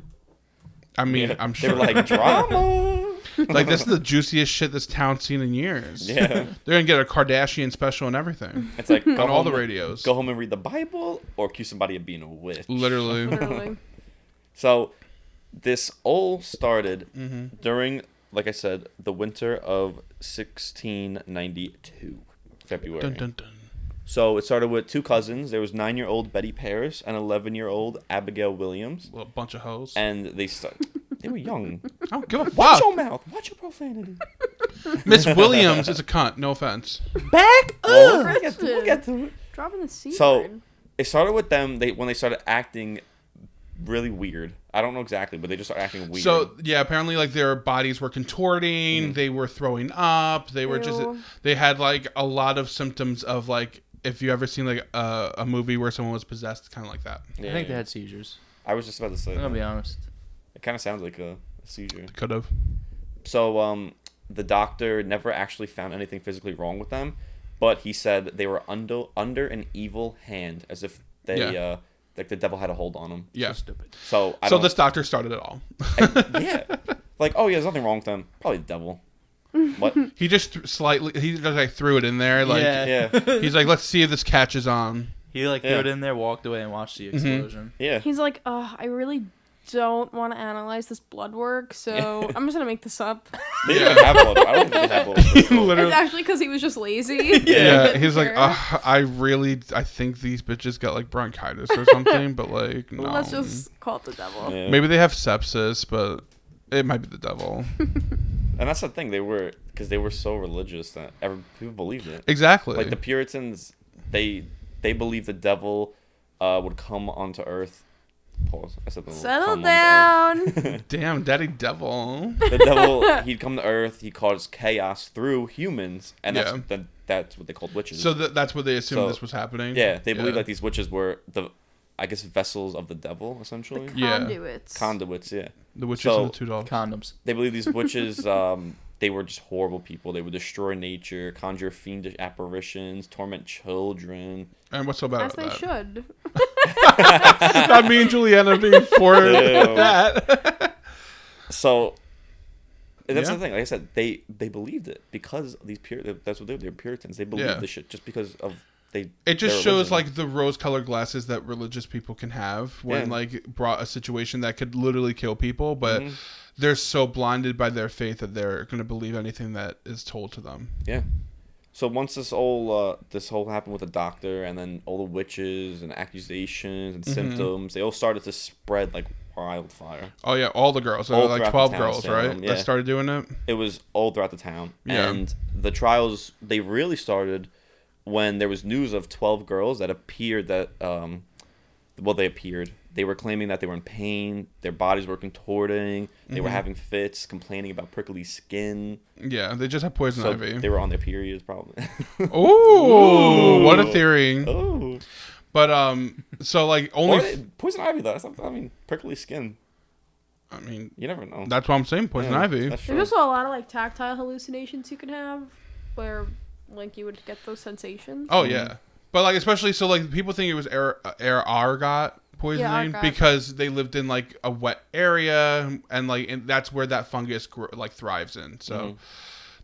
S2: (laughs) I mean I'm
S1: They
S2: sure
S1: were
S2: like
S1: like
S2: (laughs)
S1: drama. (laughs)
S2: this is the juiciest shit this town's seen in years.
S1: Yeah.
S2: They're gonna get a Kardashian special
S1: (laughs)
S2: and everything
S1: It's like go
S2: (laughs) on all
S1: home,
S2: the radios.
S1: Go home and read the Bible, or accuse somebody of being a witch.
S2: Literally.
S3: Literally.
S1: So this all started during, like I said, the winter of 1692, February.
S2: dun, dun, dun.
S1: So it started with two cousins. There was nine-year-old Betty Paris and eleven-year-old Abigail Williams,
S2: Little bunch of hoes.
S1: and they start. They were
S4: (laughs)
S1: young.
S2: I don't give a
S1: Watch
S2: fuck.
S1: your mouth. Watch your profanity.
S2: Miss Williams is a cunt. No offense.
S4: Back
S1: Well, we'll get to- we'll get to it.
S3: Dropping the C
S1: So
S3: word.
S1: it started with them. They when they started acting really weird. I don't know exactly, but they just started acting weird. Mm-hmm.
S2: So yeah, apparently like their bodies were contorting, they were throwing up, they were just
S3: Ew.
S2: they had like a lot of symptoms of like if you ever seen like a, a movie where someone was possessed, kind of like that.
S1: yeah,
S4: I think
S1: yeah.
S4: they had Oh, seizures.
S1: I was just about to say.
S4: I'm
S1: that.
S4: gonna be honest.
S1: It kind of sounds like a, a seizure.
S2: Could have.
S1: So um, the doctor never actually found anything physically wrong with them, but he said they were under under an evil hand, as if they
S2: Yeah.
S1: uh, like the devil had a hold on them.
S2: Yeah.
S4: Stupid.
S1: So I
S2: So
S1: don't.
S2: this doctor started it all.
S1: (laughs) yeah. Like oh yeah, there's nothing wrong with them. Probably the devil.
S3: (laughs)
S1: What?
S2: (laughs) he just th- slightly he just like threw it in there like
S1: Yeah.
S4: (laughs)
S2: he's like let's see if this
S1: (laughs)
S2: catches on.
S4: He like
S1: Yeah.
S4: threw it in there, walked away, and watched
S2: Mm-hmm.
S4: the explosion.
S1: Yeah.
S3: He's like, oh, I really don't want to analyze this blood work,
S4: (laughs)
S3: so I'm just gonna make this
S2: (laughs)
S3: up.
S1: They didn't even have blood. I don't think they had blood.
S2: Literally.
S3: (laughs) it's actually because he was just
S4: (laughs)
S3: lazy.
S2: Yeah,
S3: Didn't (laughs)
S2: he's like,
S3: care.
S2: Ugh, I really, I think these bitches got like bronchitis or something, but like, no.
S3: let's just call it the devil.
S1: Yeah.
S2: Maybe they have sepsis, but it might be
S1: (laughs)
S2: the devil.
S1: And that's the thing. They were because they were so religious that every, people believed it.
S2: Exactly.
S1: Like the Puritans, they they believed the devil uh, would come onto Earth. Pause. I said the word
S3: Settle
S1: come onto (laughs)
S3: down.
S1: Earth.
S2: Damn,
S1: (laughs)
S2: Daddy Devil.
S1: the devil he'd come to Earth. He caused chaos through humans, and that's
S2: Yeah.
S1: that, that's what they called witches.
S2: So th- that's what they assumed
S1: So-
S2: this was happening.
S1: yeah, they believed like these witches were the, I guess vessels of the devil essentially.
S2: Yeah.
S3: Conduits.
S1: Conduits, yeah.
S2: the witches
S1: so-
S2: and the two dogs.
S4: Condoms.
S1: They believed these
S2: (laughs)
S1: witches. um, they were just horrible people. They would destroy nature, conjure fiendish apparitions, torment
S2: (laughs)
S1: children.
S2: and what's so bad
S3: As
S2: about (laughs)
S3: they
S2: that?
S3: should.
S2: Not me and
S1: (laughs)
S2: Juliana being for
S1: Ew.
S2: (laughs) that.
S1: So and that's
S2: Yeah.
S1: the thing. Like I said, they they believed it because these pure. That's what they were. They're Puritans. They believed
S2: Yeah.
S1: this shit just because of they.
S2: It just
S1: their
S2: shows
S1: religion.
S2: like the rose-colored glasses that religious people can have when
S1: Yeah.
S2: like brought a situation that could literally kill people, but
S1: Mm-hmm.
S2: they're so blinded by their faith that they're going to believe anything that is told to them.
S1: Yeah. So once this all uh, this whole happened with the doctor, and then all the witches and accusations and symptoms, they all started to spread like wildfire.
S2: Oh yeah, all the girls. There
S1: All
S2: were like
S1: throughout the
S2: twelve
S1: town,
S2: girls,
S1: Salem,
S2: right?
S1: yeah.
S2: That started doing it.
S1: It was all throughout the town,
S2: Yeah.
S1: and the trials they really started when there was news of twelve girls that appeared that um, well they appeared. They were claiming that they were in pain, their bodies were contorting, they were having fits, complaining about prickly skin.
S2: Yeah, they just have poison
S1: So
S2: ivy.
S1: they were on their periods probably. (laughs)
S2: Ooh, what a theory.
S1: oh.
S2: But um, so like only,
S1: Or they- poison ivy though. That's not, I mean, prickly skin.
S2: I mean,
S1: You never know.
S2: that's why I'm saying poison
S1: Yeah,
S2: ivy.
S1: that's
S3: There's
S1: true.
S3: also a lot of like tactile hallucinations you can have, where like you would get those sensations.
S2: Oh yeah, but like especially so like people think it was air uh, air argot poisoning
S3: argot.
S2: because they lived in like a wet area and like and that's where that fungus gr- like thrives in. So
S1: Mm-hmm.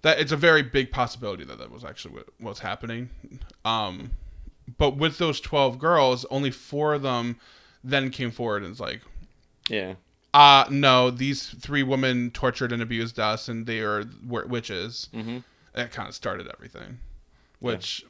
S2: that it's a very big possibility that that was actually what was happening. Um, but with those twelve girls, only four of them then came forward and was like,
S1: Yeah.
S2: uh no these three women tortured and abused us and they are were witches mm-hmm. that kind of started everything which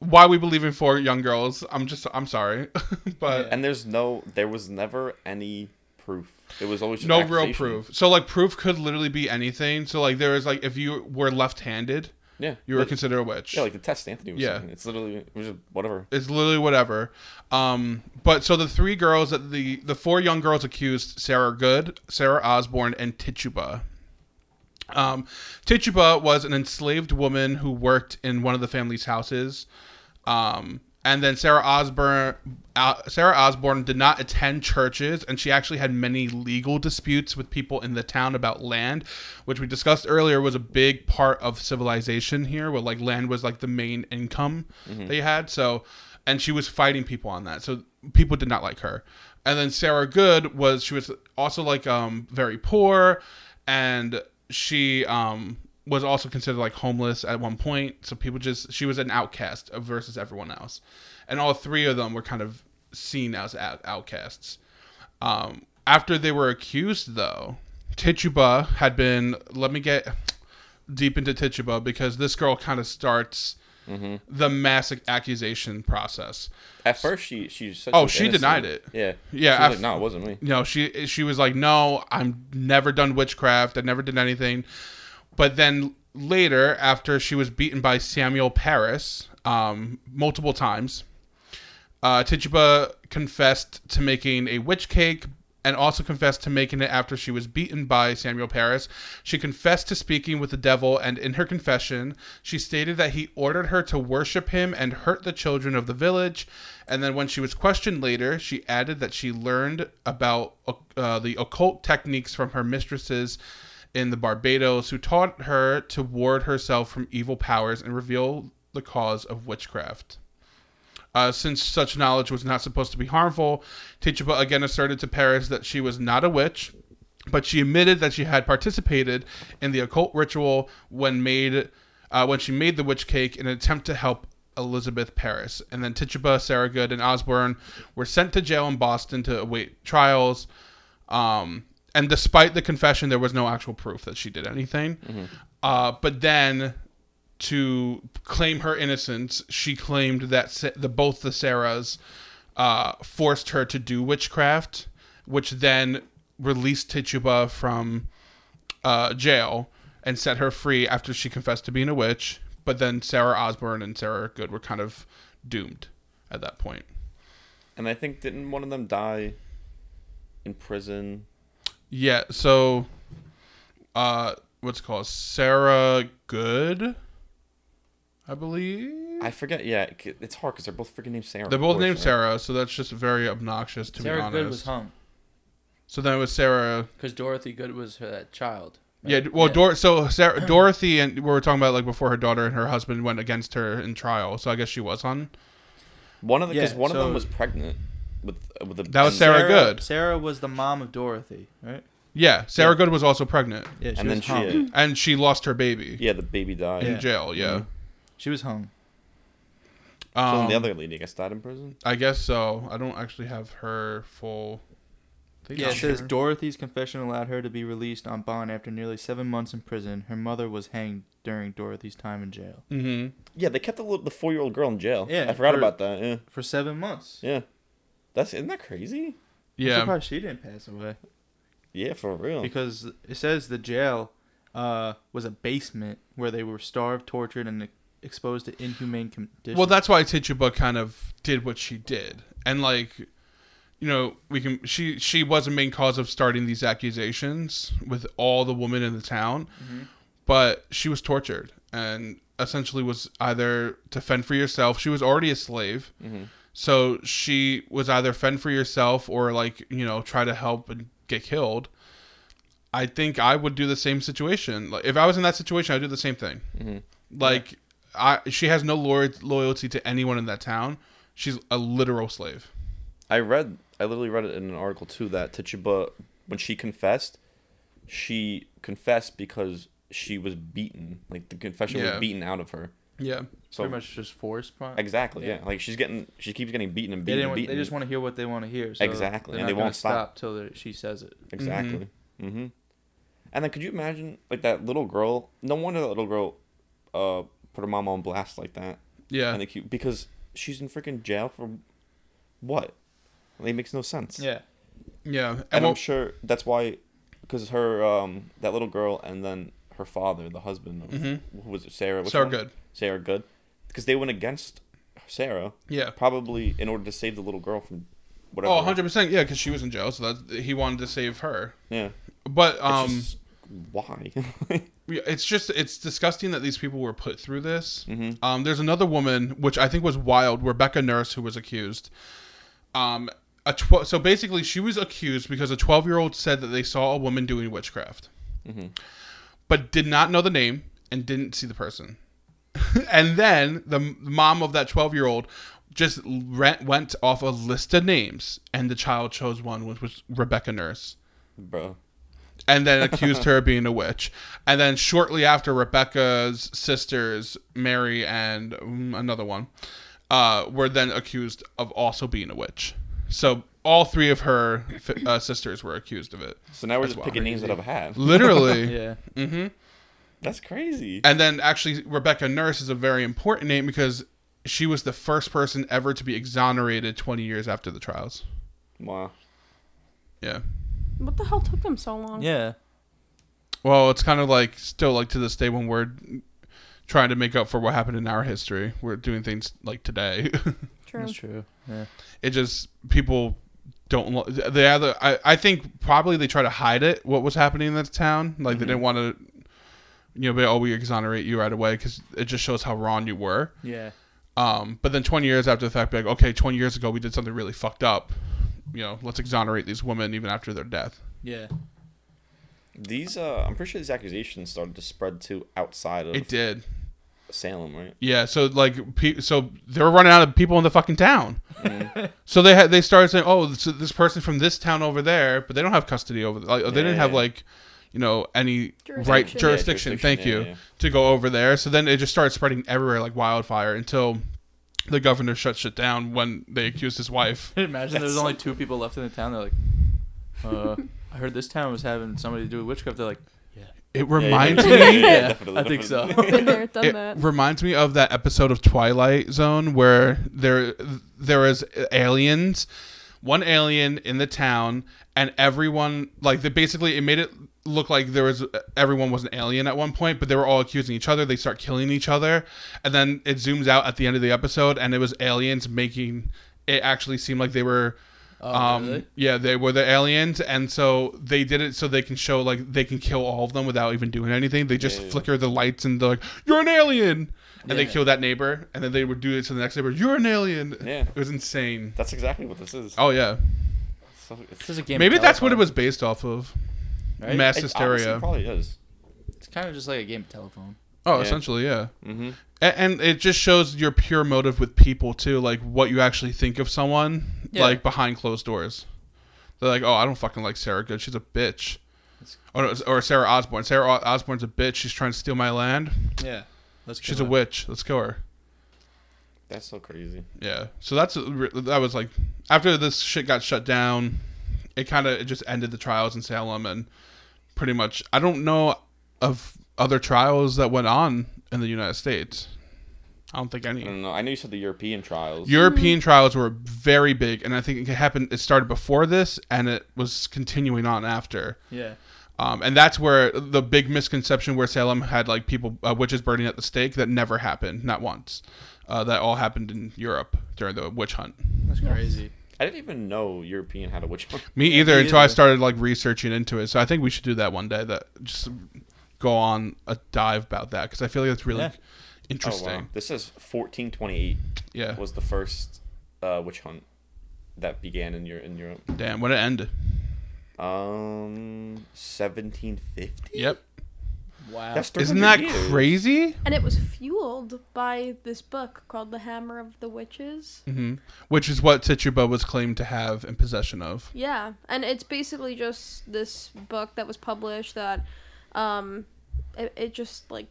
S2: why we believe in four young girls i'm just i'm sorry (laughs) but
S1: And there's no, there was never any proof. It was always just
S2: no real
S1: accusation.
S2: proof so like proof could literally be anything so like there is like if you were left-handed
S1: Yeah.
S2: you were
S1: Like-
S2: considered a witch
S1: yeah, like the test Anthony was
S2: Yeah.
S1: saying. It's literally it was just whatever.
S2: It's literally whatever. Um, but so the three girls that the the four young girls accused Sarah Good, Sarah Osborne, and Tituba. Um, Tituba was an enslaved woman who worked in one of the family's houses. Um, And then Sarah Osborne, uh, Sarah Osborne did not attend churches, and she actually had many legal disputes with people in the town about land, which we discussed earlier was a big part of civilization here, where like land was like the main income they had. So, and she was fighting people on that. So people did not like her. And then Sarah Good was she was also like um very poor, and she um was also considered like homeless at one point. So people just she was an outcast of- versus everyone else, and all three of them were kind of seen as out- outcasts. Um, after they were accused, though, Tituba had been. Let me get deep into Tituba because this girl kind of starts the mass accusation process.
S1: At first, she she said
S2: Oh,
S1: was
S2: she denied
S1: innocent.
S2: it.
S1: Yeah, She was
S2: Yeah, at
S1: like, no, it wasn't me.
S2: you know she she was like no i'm never done witchcraft i never did anything but then later after she was beaten by samuel paris um, multiple times uh, tituba confessed to making a witch cake and also confessed to making it after she was beaten by Samuel Paris. She confessed to speaking with the devil, and in her confession, she stated that he ordered her to worship him and hurt the children of the village. And then, when she was questioned later, she added that she learned about uh, the occult techniques from her mistresses in the Barbados, who taught her to ward herself from evil powers and reveal the cause of witchcraft. Uh, since such knowledge was not supposed to be harmful, Tituba again asserted to Paris that she was not a witch, but she admitted that she had participated in the occult ritual when made uh, when she made the witch cake in an attempt to help Elizabeth Paris. And then Tituba, Sarah Good, and Osborne were sent to jail in Boston to await trials. Um, and despite the confession, there was no actual proof that she did anything. Uh, but then to claim her innocence, she claimed that Sa- the both the Sarahs uh, forced her to do witchcraft, which then released Tituba from uh, jail and set her free after she confessed to being a witch. But then Sarah Osborne and Sarah Good were kind of doomed at that point.
S1: And I think didn't one of them die in prison?
S2: Yeah, so uh, what's it called Sarah Good, I believe.
S1: I forget. Yeah, c- it's hard because they're both freaking named Sarah.
S2: They're
S1: of
S2: both
S1: course,
S2: named
S1: right?
S2: Sarah, so that's just very obnoxious to be
S5: Sarah
S2: honest.
S5: Good was hung
S2: so then it was Sarah.
S5: because Dorothy Good was her that child.
S2: Yeah,
S5: right?
S2: well, Dor- so Sarah, Dorothy and we were talking about like before her daughter and her husband went against her in trial, so I guess she was hung.
S1: One of the because
S4: Yeah,
S1: one of them
S4: so-
S1: was pregnant with with a.
S2: That was Sarah Good.
S4: Sarah was the mom of Dorothy, right?
S2: Yeah, Sarah
S4: Yeah.
S2: Good was also pregnant,
S4: Yeah, she
S1: And
S4: was
S1: then she,
S4: hung.
S1: uh,
S2: and she lost her baby
S1: yeah, the baby died.
S2: in
S4: Yeah.
S2: jail. Yeah,
S4: (clears throat) She was hung.
S1: Mm-hmm. So
S2: um,
S1: then the other lady gets died in prison.
S2: I guess so. I don't actually have her full. thing
S4: Yeah,
S2: on
S4: it says
S2: here.
S4: Dorothy's confession allowed her to be released on bond after nearly seven months in prison. Her mother was hanged during Dorothy's time in jail
S2: Mhm.
S1: Yeah, they kept the little, the four year old girl in jail.
S4: Yeah,
S1: I forgot
S4: for-
S1: about that. Yeah,
S4: for seven months.
S1: yeah. That's isn't that crazy?
S4: I'm
S2: Yeah,
S4: surprised she didn't pass away
S1: Yeah, for real.
S4: because it says the jail uh, was a basement where they were starved, tortured, and exposed to inhumane conditions.
S2: Well, that's why Tituba kind of did what she did, and like, you know, we can. She she was a main cause of starting these accusations with all the women in the town, but she was tortured and essentially was either to fend for yourself. She was already a slave, so she was either fend for yourself or like you know try to help and get killed. I think I would do the same situation. Like if I was in that situation, I'd do the same thing. Like I she has no lo- loyalty to anyone in that town. She's a literal slave.
S1: I read, I literally read it in an article too that Tituba, when she confessed, she confessed because she was beaten. Like the confession
S2: Yeah.
S1: was beaten out of her.
S2: Yeah.
S1: So
S4: pretty much just forced. pro-
S1: exactly, yeah.
S4: Yeah.
S1: Like she's getting, she keeps getting beaten and
S4: They
S1: beaten. and
S4: didn't.
S1: beaten.
S4: They just want to hear what they want to hear. So
S1: Exactly,
S4: they're
S1: and they
S4: not gonna
S1: won't stop.
S4: till they- she says it.
S1: Exactly. hmm And then could you imagine like that little girl? No wonder that little girl uh put her mom on blast like that.
S2: Yeah.
S1: And they keep because she's in freaking jail for what? Like, it makes no sense.
S4: Yeah.
S2: yeah. And,
S1: And I'm
S2: what-
S1: sure that's why because her um that little girl and then her father, the husband of, who was it, Sarah? which
S2: Mm-hmm. Sarah
S1: one?
S2: Good.
S1: Sarah Good. Because they went against Sarah
S2: yeah.
S1: probably in order to save the little girl from whatever.
S2: Oh, 100%. Yeah, cuz she was in jail, so that he wanted to save her.
S1: Yeah.
S2: But um
S1: It's just, why? (laughs)
S2: Yeah, it's just it's disgusting that these people were put through this. Um, there's another woman which I think was wild, Rebecca Nurse, who was accused. Um, a tw- so basically she was accused because a 12 year old said that they saw a woman doing witchcraft, but did not know the name and didn't see the person. (laughs) and then the m- mom of that 12 year old just rent, went off a list of names, and the child chose one, which was Rebecca Nurse
S1: bro.
S2: and then accused her of being a witch. And then shortly after, Rebecca's sisters, Mary and mm, another one, uh, were then accused of also being a witch. So all three of her fi- uh, sisters were accused of it.
S1: So now we're just
S2: wild.
S1: picking names out of a hat.
S2: Literally.
S4: (laughs)
S2: Mm-hmm.
S4: Yeah.
S1: That's crazy.
S2: And then actually, Rebecca Nurse is a very important name because she was the first person ever to be exonerated 20 years after the trials.
S1: Wow.
S2: Yeah.
S3: What the hell took them so long?
S4: Yeah.
S2: Well, it's kind of like still like to this day when we're trying to make up for what happened in our history, we're doing things like today. (laughs)
S3: True.
S5: That's true. Yeah.
S2: it just people don't lo- they either I, I think probably they try to hide it what was happening in that town like they didn't want to you know be oh we exonerate you right away because it just shows how wrong you were
S5: Yeah.
S2: um but then 20 years after the fact be like okay 20 years ago we did something really fucked up you know let's exonerate these women even after their death
S5: Yeah.
S1: These uh, I'm pretty sure these accusations started to spread to outside of
S2: it did
S1: Salem, right?
S2: Yeah, so like, pe- so they were running out of people in the fucking town.
S1: Mm-hmm.
S2: so they had they started saying, "Oh, this, this person from this town over there," but they don't have custody over. Like, they didn't have
S1: Yeah.
S2: like, you know, any right
S3: Jurisdiction.
S2: jurisdiction.
S3: Yeah,
S1: jurisdiction,
S2: thank
S1: yeah,
S2: you
S1: yeah.
S2: to go over there. So then it just started spreading everywhere like wildfire until the governor shut shit down when they accused his wife.
S5: Imagine
S1: That's
S5: there's only two people left in the town. They're like, uh, I heard this town was having somebody do witchcraft. They're like,
S2: It
S1: (laughs)
S2: reminds
S1: yeah, yeah,
S2: me.
S1: yeah,
S5: yeah,
S1: definitely,
S5: I think so.
S1: definitely.
S3: Been
S2: (laughs)
S3: there, done
S2: It
S3: that.
S2: reminds me of that episode of Twilight Zone where there there is aliens, one alien in the town, and everyone like they basically it made it look like there was everyone was an alien at one point, but they were all accusing each other. They start killing each other, and then it zooms out at the end of the episode, and it was aliens making it actually seem like they were.
S5: oh,
S2: Um,
S5: really?
S2: Yeah, they were the aliens, and so they did it so they can show like they can kill all of them without even doing anything. They just
S1: Yeah.
S2: flicker the lights and they're like, "You're an alien," and they
S5: Yeah.
S2: kill that neighbor, and then they would do it to the next neighbor. You're an alien.
S1: Yeah.
S2: it was insane.
S1: That's exactly what this is.
S2: Oh yeah,
S1: So it's,
S5: (laughs) This is a game. of
S2: maybe that's what it was
S5: telephone,
S2: based off of.
S5: Right?
S2: Mass
S1: it honestly
S2: hysteria.
S1: probably is.
S5: It's kind of just like a game of telephone.
S2: Oh,
S1: Yeah.
S2: essentially, yeah.
S1: Mm-hmm.
S2: A- And it just shows your pure motive with people too, like what you actually think of someone,
S5: Yeah.
S2: like behind closed doors. They're like, "Oh, I don't fucking like Sarah Good. She's a bitch." Or, no, or Sarah Osborne. Sarah O- Osborne's a bitch. She's trying to steal my land.
S4: Yeah. Let's
S2: She's
S4: go
S2: a witch. Let's kill her.
S1: That's so crazy.
S2: Yeah. So that's that was like after this shit got shut down, it kind of it just ended the trials in Salem and pretty much I don't know of other trials that went on in the United States. I don't think
S1: I
S2: any.
S1: don't know. I know you said the European trials.
S2: European trials were very big, and I think it happened. It started before this, and it was continuing on after.
S5: Yeah.
S2: Um, and that's where the big misconception where Salem had like people uh, witches burning at the stake that never happened, not once. Uh, that all happened in Europe during the witch hunt.
S4: That's crazy.
S1: I didn't even know European had a witch hunt. Oh,
S2: Me either
S4: me
S2: until I
S4: either.
S2: started like researching into it. So I think we should do that one day. That just go on a dive about that because I feel like that's really
S4: Yeah.
S1: Oh,
S2: interesting.
S1: wow. This is 1428
S2: Yeah.
S1: was the first uh, witch hunt that began in, Eur- in Europe.
S2: Damn, when it ended.
S1: Um, 1750?
S2: Yep.
S5: Wow.
S1: That's
S2: Isn't
S1: 300
S2: that
S1: years.
S2: crazy?
S3: And it was fueled by this book called The Hammer of the Witches.
S2: hmm
S4: Mm-hmm.
S2: Which is what Tituba was claimed to have in possession of.
S3: Yeah, and it's basically just this book that was published that, um, it, it just like,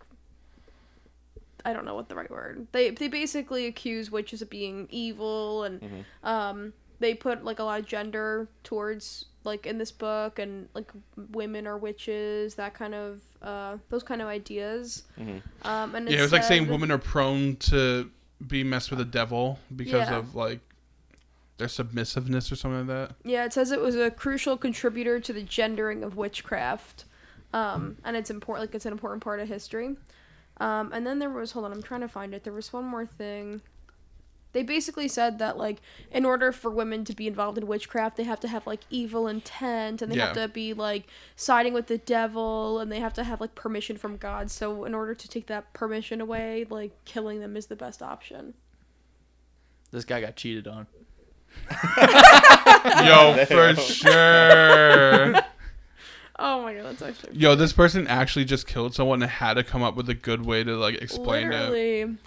S3: I don't know what the right word. They they basically accuse witches of being evil, and um, they put like a lot of gender towards like in this book, and like women are witches, that kind of uh, those kind of ideas. Um, and
S2: yeah, it was like saying
S3: said-
S2: women are prone to be messed with the devil because
S3: Yeah.
S2: of like their submissiveness or something like that.
S3: Yeah, it says it was a crucial contributor to the gendering of witchcraft, um, and it's important. Like it's an important part of history. Um, and then there was hold on, I'm trying to find it. There was one more thing. They basically said that like in order for women to be involved in witchcraft, they have to have like evil intent and they have
S2: Yeah.
S3: to be like siding with the devil and they have to have like permission from God. So in order to take that permission away, like killing them is the best option.
S5: This guy got cheated on.
S3: (laughs)
S2: Yo, for sure.
S3: Oh my god, that's actually
S2: Yo, this person actually just killed someone and had to come up with a good way to like explain it.
S3: literally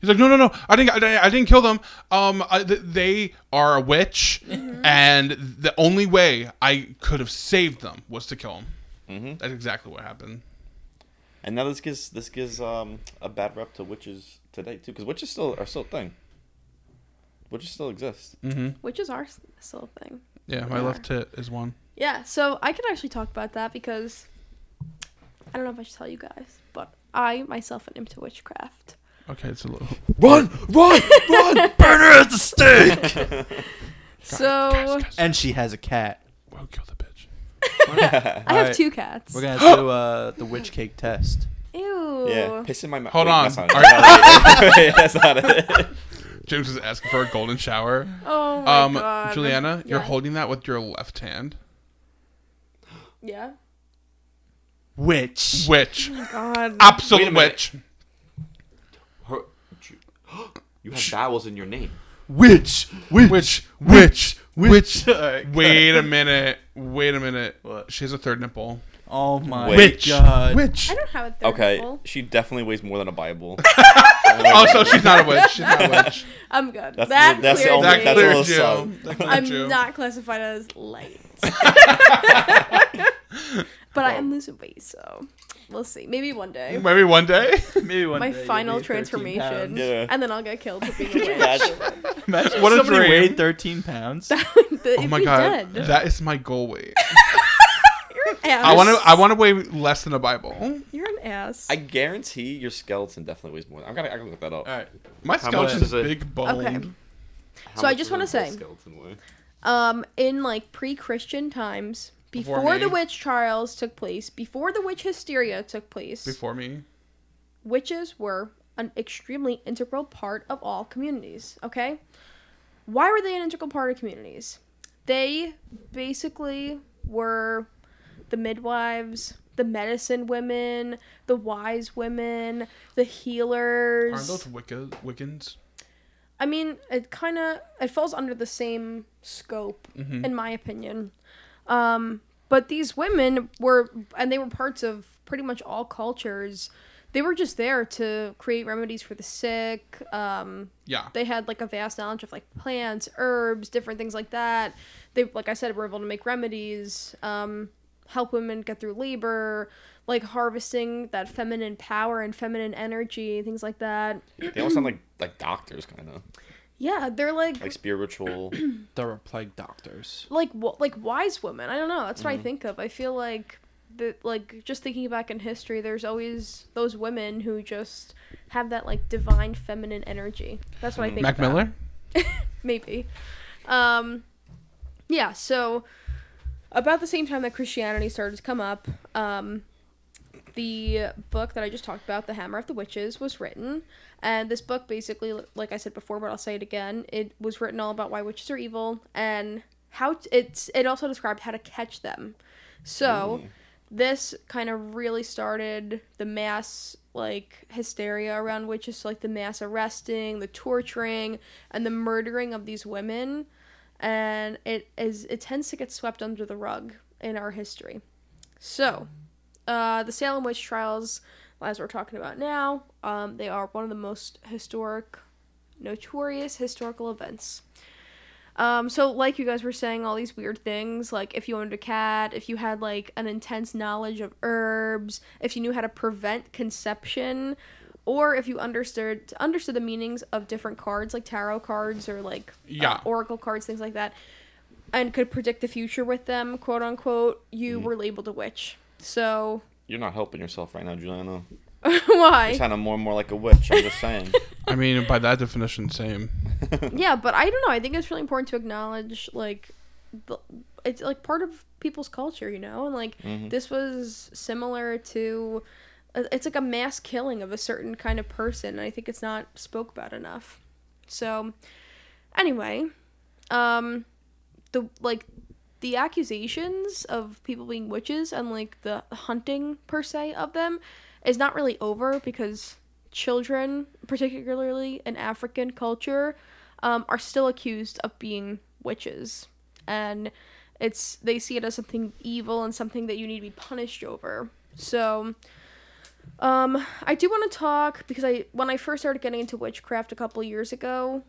S2: He's like, no, no, no, I didn't, I didn't, I didn't kill them. Um, I, th- they are a witch,
S3: Mm-hmm.
S2: and the only way I could have saved them was to kill them.
S1: hmm
S2: That's exactly what happened.
S1: (laughs) And now this gives this gives um a bad rep to witches today too, because witches still are still a thing. Witches still exist.
S2: Mm-hmm.
S3: witches are s- still a thing.
S2: Yeah, my
S3: Yeah.
S2: left tit is one.
S3: Yeah, so I could actually talk about that because I don't know if I should tell you guys, but I myself am into witchcraft.
S2: Okay, it's a little.
S4: Run, run, run! Burn her at the stake.
S3: so
S2: Guys, guys,
S4: and she has a cat.
S2: we'll kill the bitch.
S3: I have
S4: Alright.
S3: two cats.
S4: We're gonna (gasps) do uh, the witch cake test.
S3: Ew.
S1: Yeah, piss in my mouth.
S2: Hold
S1: Wait,
S2: on.
S1: that's not it. (laughs)
S2: Are-
S1: That's not it.
S2: James is asking for a golden shower.
S3: Oh my
S2: Um,
S3: god.
S2: Juliana, you're
S3: Yeah.
S2: holding that with your left hand.
S3: Yeah. Mm-hmm.
S4: Witch.
S2: Witch,
S3: God.
S1: Wait a
S2: absolute
S1: minute.
S2: witch.
S1: Her- you- (gasps) you have vowels in your name.
S4: Witch. Witch. Witch.
S2: Witch, witch.
S4: Alright,
S2: Wait a minute. Wait a minute.
S4: What?
S2: She has a third nipple.
S4: Oh my
S1: Witch.
S4: god.
S2: Witch.
S3: I don't have a third
S1: Okay,
S3: nipple.
S1: she definitely weighs more than a
S3: (laughs) Oh,
S1: Bible.
S2: Also, Oh, she's not a witch. She's not a witch.
S3: I'm good.
S1: That's
S3: that
S1: the, that's the
S3: cleared
S1: only
S2: That
S3: me.
S1: that's a
S2: cleared
S1: little
S2: you.
S1: sub. (laughs)
S2: That cleared
S3: I'm
S2: you.
S3: not classified as light. but I am losing weight, so we'll see. Maybe one day.
S2: Maybe one day.
S4: Maybe one
S3: My
S4: day you'll
S3: final
S4: be 13
S3: transformation.
S4: pounds.
S1: Yeah.
S3: And then I'll get killed for
S1: (laughs)
S3: being a witch.
S1: That's-
S4: (laughs) Imagine
S2: What
S4: what
S2: a
S4: if somebody
S2: dream.
S4: weighed 13 pounds.
S3: (laughs)
S2: Oh my god, that is my goal weight.
S3: You're (laughs) an ass.
S2: I want to. I want to weigh less than a Bible.
S3: You're an ass.
S1: I guarantee your skeleton definitely weighs more. I'm gonna I gotta look that up.
S4: All right.
S2: My
S1: How much
S2: skeleton's
S1: is it?
S2: big boned.
S3: Okay.
S1: How
S3: So I
S1: much
S3: just
S1: does
S3: wanna
S1: a
S3: say-
S1: skeleton weigh?
S3: um, in like pre-Christian times,
S2: Before
S3: before
S2: me.
S3: the witch trials took place, before the witch hysteria took place,
S2: Before me,
S3: witches were an extremely integral part of all communities, okay? Why were they an integral part of communities? They basically were the midwives, the medicine women, the wise women, the healers.
S2: aren't those Wicca, Wiccans?
S3: I mean, it kind of it falls under the same scope, in my opinion. Um, but these women were, and they were parts of pretty much all cultures. They were just there to create remedies for the sick. Um,
S2: Yeah.
S3: they had like a vast knowledge of like plants, herbs, different things like that. They, like I said, were able to make remedies, um, help women get through labor, like harvesting that feminine power and feminine energy, things like that.
S1: They all sound like like doctors, kind of
S3: Yeah, they're
S1: like
S3: (clears throat)
S1: spiritual.
S4: There were plague doctors.
S3: like w- like wise women. I don't know. That's what I think of. I feel like the like just thinking back in history, there's always those women who just have that like divine feminine energy. That's what I think.
S2: Mac
S3: about.
S2: Miller.
S3: maybe. Um, yeah. So about the same time that Christianity started to come up, um, the book that I just talked about, The Hammer of the Witches, was written. And this book basically, like I said before, but I'll say it again, it was written all about why witches are evil and how t- it's. It also described how to catch them. So this kind of really started the mass like hysteria around witches, so, like the mass arresting, the torturing, and the murdering of these women. And it is it tends to get swept under the rug in our history. So, uh, the Salem witch trials, as we're talking about now, um, they are one of the most historic, notorious historical events. Um, so like you guys were saying, all these weird things, like if you owned a cat, if you had like an intense knowledge of herbs, if you knew how to prevent conception, or if you understood understood the meanings of different cards, like tarot cards or like uh,
S2: Yeah.
S3: oracle cards, things like that, and could predict the future with them, quote unquote, you were labeled a witch. So (laughs)
S1: You're not helping yourself right now, Juliana.
S3: why?
S1: You sound more and more like a witch. I'm just
S3: (laughs)
S1: saying.
S2: I mean, by that definition, same.
S3: yeah but i don't know i think it's really important to acknowledge like the, it's like part of people's culture you know and like this was similar to uh, it's like a mass killing of a certain kind of person and i think it's not spoke about enough So, anyway, um, the like the accusations of people being witches and like the hunting per se of them is not really over because children, particularly in African culture, um, are still accused of being witches, and it's they see it as something evil and something that you need to be punished over. So, um, I do want to talk because I when I first started getting into witchcraft a couple years ago,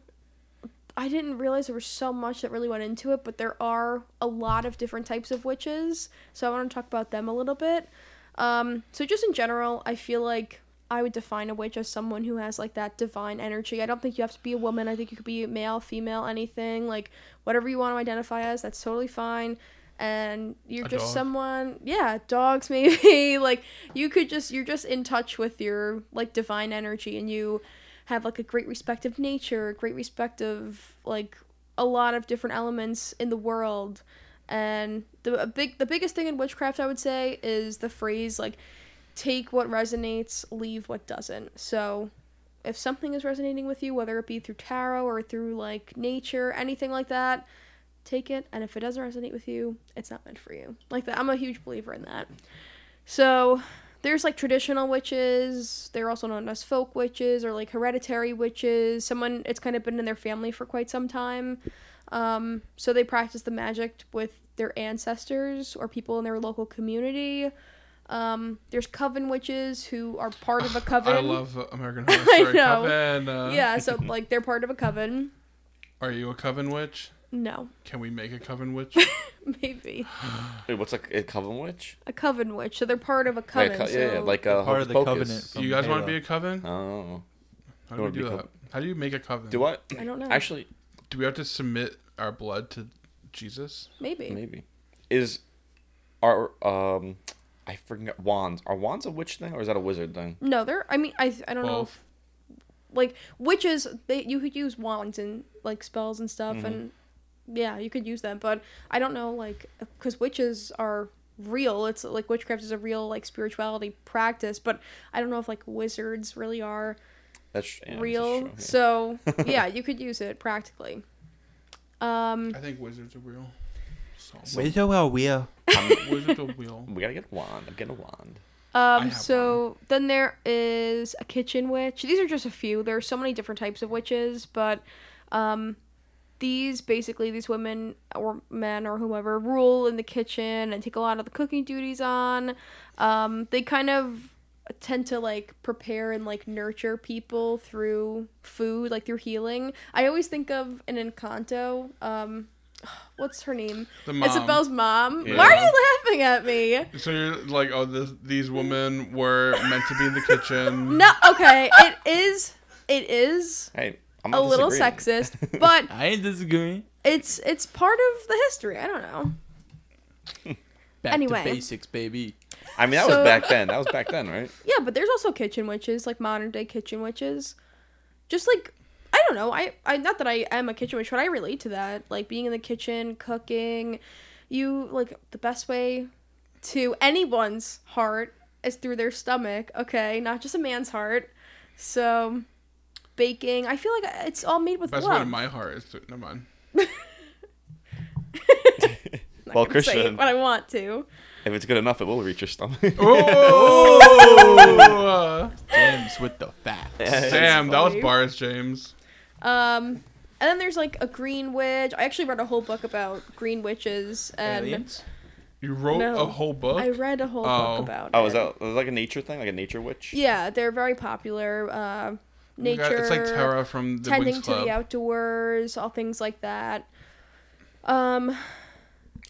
S3: I didn't realize there was so much that really went into it, but there are a lot of different types of witches. So I want to talk about them a little bit. Um, so just in general, I feel like I would define a witch as someone who has like that divine energy. I don't think you have to be a woman. I think you could be male, female, anything. Like whatever you want to identify as, that's totally fine. And you're
S2: A
S3: just
S2: dog.
S3: someone, yeah, dogs (laughs) maybe. like you could just you're just in touch with your like divine energy, and you have like a great respect of nature, great respect of like a lot of different elements in the world. And the a big the biggest thing in witchcraft I would say is the phrase like take what resonates, leave what doesn't. So if something is resonating with you, whether it be through tarot or through like nature, anything like that, take it and if it doesn't resonate with you, it's not meant for you. Like that I'm a huge believer in that. So there's like traditional witches, they're also known as folk witches or like hereditary witches. Someone it's kind of been in their family for quite some time. Um, so they practice the magic with their ancestors or people in their local community. Um, there's coven witches who are part of a coven.
S2: I love
S3: (laughs)
S2: American Horror Story.
S3: know.
S2: Coven. Uh,
S3: Yeah,
S1: Uh-huh. (laughs)
S3: so like they're part of a coven.
S2: Are you a coven witch?
S3: No, (laughs)
S2: Can we make a
S1: (laughs)
S2: coven witch?
S3: maybe
S1: Wait, what's a, a coven witch?
S3: a coven witch. So they're part of a
S1: Like
S3: coven.
S1: a co- yeah, yeah,
S3: so-
S1: like a
S4: Part of the
S1: hocus
S4: covenant.
S1: pocus.
S4: from
S2: you guys want to be
S4: Halo.
S2: a coven?
S1: Oh,
S2: How do we
S1: Or
S2: do
S1: become-
S2: that? How do you make a coven?
S1: do I?
S3: I don't know.
S1: Actually,
S2: Do we have to submit our blood to Jesus?
S3: maybe.
S1: maybe is are um I forget wands. Are wands a witch thing or is that a wizard thing?
S3: No, they're. I mean, I I don't know.
S2: Both.
S3: If, like witches, they you could use wands and like spells and
S1: Mm-hmm.
S3: stuff, and yeah, you could use them. But I don't know, like, because witches are real. It's like witchcraft is a real like spirituality practice, but I don't know if like wizards really are.
S1: That's yeah, this is
S3: real.
S1: true, yeah. (laughs)
S3: So yeah, you could use it practically. Um,
S2: I think wizards are real.
S3: (laughs)
S2: So,
S4: Wizard well wheel.
S2: wizard the wheel.
S1: we gotta get a wand. I'm getting a wand.
S3: um
S2: have
S3: so then there is a kitchen witch. These are just a few. There are so many different types of witches, but um these basically these women or men or whoever rule in the kitchen and take a lot of the cooking duties on. Um they kind of tend to like prepare and like nurture people through food, like through healing. I always think of an Encanto. Um (sighs) what's her name?
S2: The mom.
S3: Isabel's mom.
S1: Yeah.
S3: Why are you laughing at me?
S2: So you're like, oh, this, these women were meant to be in the kitchen.
S3: (laughs) No, okay, it is it is
S1: Hey, I'm
S3: a
S1: not
S3: little
S1: disagreeing. (laughs)
S3: sexist, but
S5: I ain't disagreeing.
S3: it's it's part of the history. I don't know.
S5: Back
S3: Anyway.
S5: to basics, baby.
S1: I mean, that
S3: So-
S1: was back then. That was back then, right?
S3: Yeah, but there's also kitchen witches, like modern day kitchen witches. Just like I don't know, I, I not that I am a kitchen witch, but I relate to that. Like being in the kitchen, cooking. You like the best way to anyone's heart is through their stomach, okay? Not just a man's heart. So baking, I feel like it's all made with
S2: Best
S3: love.
S2: one in my heart is to, never mind.
S3: (laughs) I'm (laughs)
S1: (laughs)
S3: not
S1: Well,
S3: gonna say it,
S1: Christian-
S3: but I want to.
S1: If it's good enough, it will reach your stomach.
S3: (laughs)
S1: (laughs)
S2: Oh,
S5: James with the
S4: (laughs)
S5: facts.
S2: damn, that was
S3: funny.
S2: bars, James.
S3: Um, and then there's like a green witch. I actually read a whole book about green witches, and
S5: Aliens.
S2: You wrote
S3: No.
S2: a whole book.
S3: I read a whole
S2: Oh.
S3: book about.
S1: oh, is
S3: it.
S1: that is that like a nature thing? Like a nature witch?
S3: Yeah, they're very popular. Uh,
S2: You
S3: nature.
S2: got- Oh It's like Tara from the
S3: tending
S2: Wings
S3: to
S2: Club.
S3: the outdoors, all things like that. Um, a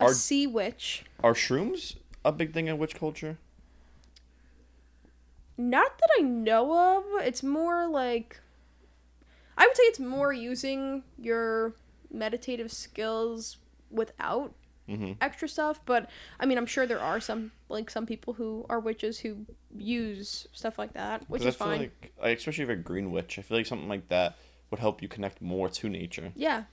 S1: Are-
S3: sea witch.
S1: Are shrooms a big thing in witch culture?
S3: Not that I know of. It's more like I would say it's more using your meditative skills without
S1: Mm-hmm.
S3: extra stuff but i mean i'm sure there are some like some people who are witches who use stuff like that which is
S1: I feel
S3: fine
S1: like, like, especially if you're a green witch, I feel like something like that would help you connect more to nature.
S3: yeah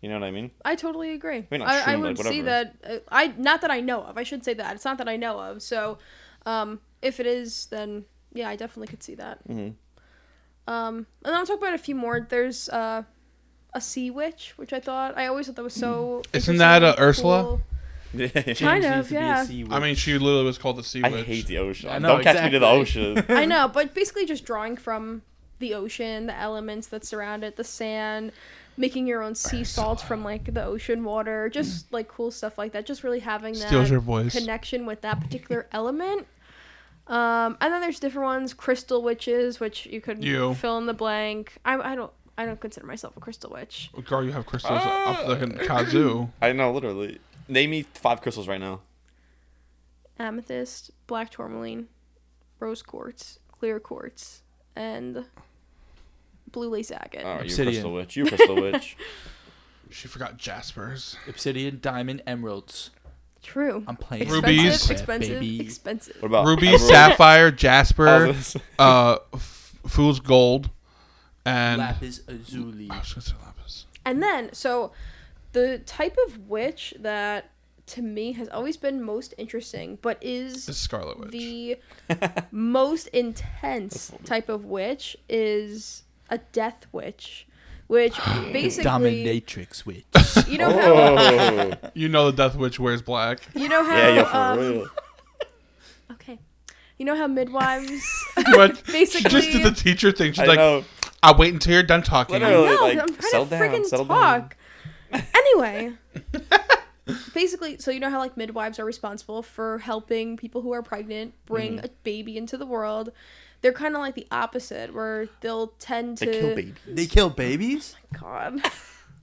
S1: You know what I mean?
S3: i totally agree
S1: mean, not
S3: I, I
S1: shroom,
S3: would
S1: like,
S3: see that uh, i not that i know of i should say that it's not that i know of so um if it is then yeah i definitely could see that
S1: Mhm.
S3: um and then i'll talk about a few more there's uh a sea witch, which I thought I always thought that was so.
S2: Isn't that,
S3: interesting,
S2: uh, Ursula?
S3: cool.
S1: I
S3: Kind of,
S4: James needs to be a
S3: yeah.
S4: sea
S2: I mean, she literally was called the Sea Witch.
S1: hate the ocean.
S5: I know,
S1: Don't catch me to the
S5: exactly.
S1: ocean.
S3: (laughs) I know, but basically just drawing from the ocean, the elements that surround it, the sand, making your own sea salts from like the ocean water, just like cool stuff like that. Just really having that
S2: Steals your voice.
S3: connection with that particular (laughs) element. Um, and then there's different ones, crystal witches, which you could
S2: You.
S3: fill in the blank. I, I don't I don't consider myself a crystal witch.
S2: Oh, Girl, you have crystals up the kazoo.
S1: I know, literally. Name me five crystals right now.
S3: Amethyst, black tourmaline, rose quartz, clear quartz, and blue lace agate.
S1: All right, you
S5: Obsidian.
S1: crystal witch. You crystal witch.
S2: She forgot Jaspers.
S5: Obsidian, diamond, emeralds.
S3: True.
S5: I'm playing.
S2: Ruby. Rubies.
S3: Expensive, expensive,
S5: Baby.
S3: expensive.
S1: What about
S2: Ruby,
S1: emerald?
S2: Sapphire,
S1: I was
S2: Jasper,
S1: gonna say-
S2: uh, f- Fool's Gold, and.
S5: Lapis Azuli.
S2: I was gonna say lapis.
S3: And then, so the type of witch that to me has always been most interesting, but is
S2: It's Scarlet Witch. (laughs)
S3: the most intense type of witch is a death witch,
S2: (gasps)
S3: which basically
S5: Dominatrix witch.
S3: you know how
S1: Oh.
S2: You know the Death Witch wears black. (laughs)
S3: you know how
S1: yeah, yeah, for
S3: um,
S1: real.
S3: okay, you know
S2: (laughs)
S3: how midwives (laughs)
S2: But she
S3: basically
S2: just did the teacher thing. She's
S1: I
S2: like,
S1: know.
S2: I'll wait until you're done talking.
S1: Literally.
S3: No,
S1: (laughs) like,
S3: I'm trying
S1: settle
S3: to
S1: down,
S3: friggin'
S1: settle down.
S3: talk. Anyway,
S2: (laughs)
S3: basically, so you know how like midwives are responsible for helping people who are pregnant
S2: Mm-hmm.
S3: bring a baby into the world. They're kind of like the opposite, where they'll tend to
S1: They kill (laughs) babies.
S4: (laughs) They kill babies.
S3: God.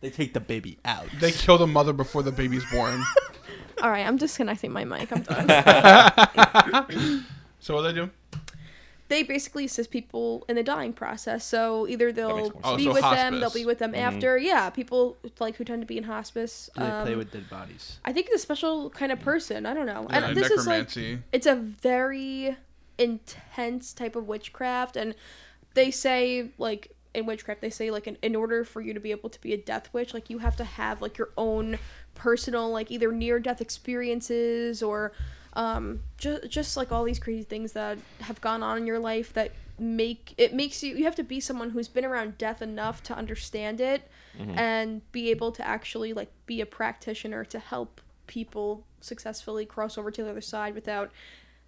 S4: They take the baby out.
S2: They kill the mother before the baby's
S1: (laughs)
S2: born. (laughs)
S3: All right, I'm disconnecting my mic. I'm done.
S2: so what they do?
S3: they basically assist people in the dying process. So either they'll
S1: makes more
S3: be
S1: sense.
S2: Oh, so
S3: with them, they'll
S2: hospice.
S3: be with them after. Yeah, people like who tend to be in hospice.
S4: Do they play
S3: um,
S4: with dead bodies?
S3: I think it's a special kind of person. I don't know.
S2: Yeah,
S3: and this is like
S2: necromancy.
S3: it's a very intense type of witchcraft and they say like in witchcraft they say like in, in order for you to be able to be a death witch like you have to have like your own personal like either near death experiences or um just just like all these crazy things that have gone on in your life that make it makes you you have to be someone who's been around death enough to understand it and be able to actually like be a practitioner to help people successfully cross over to the other side without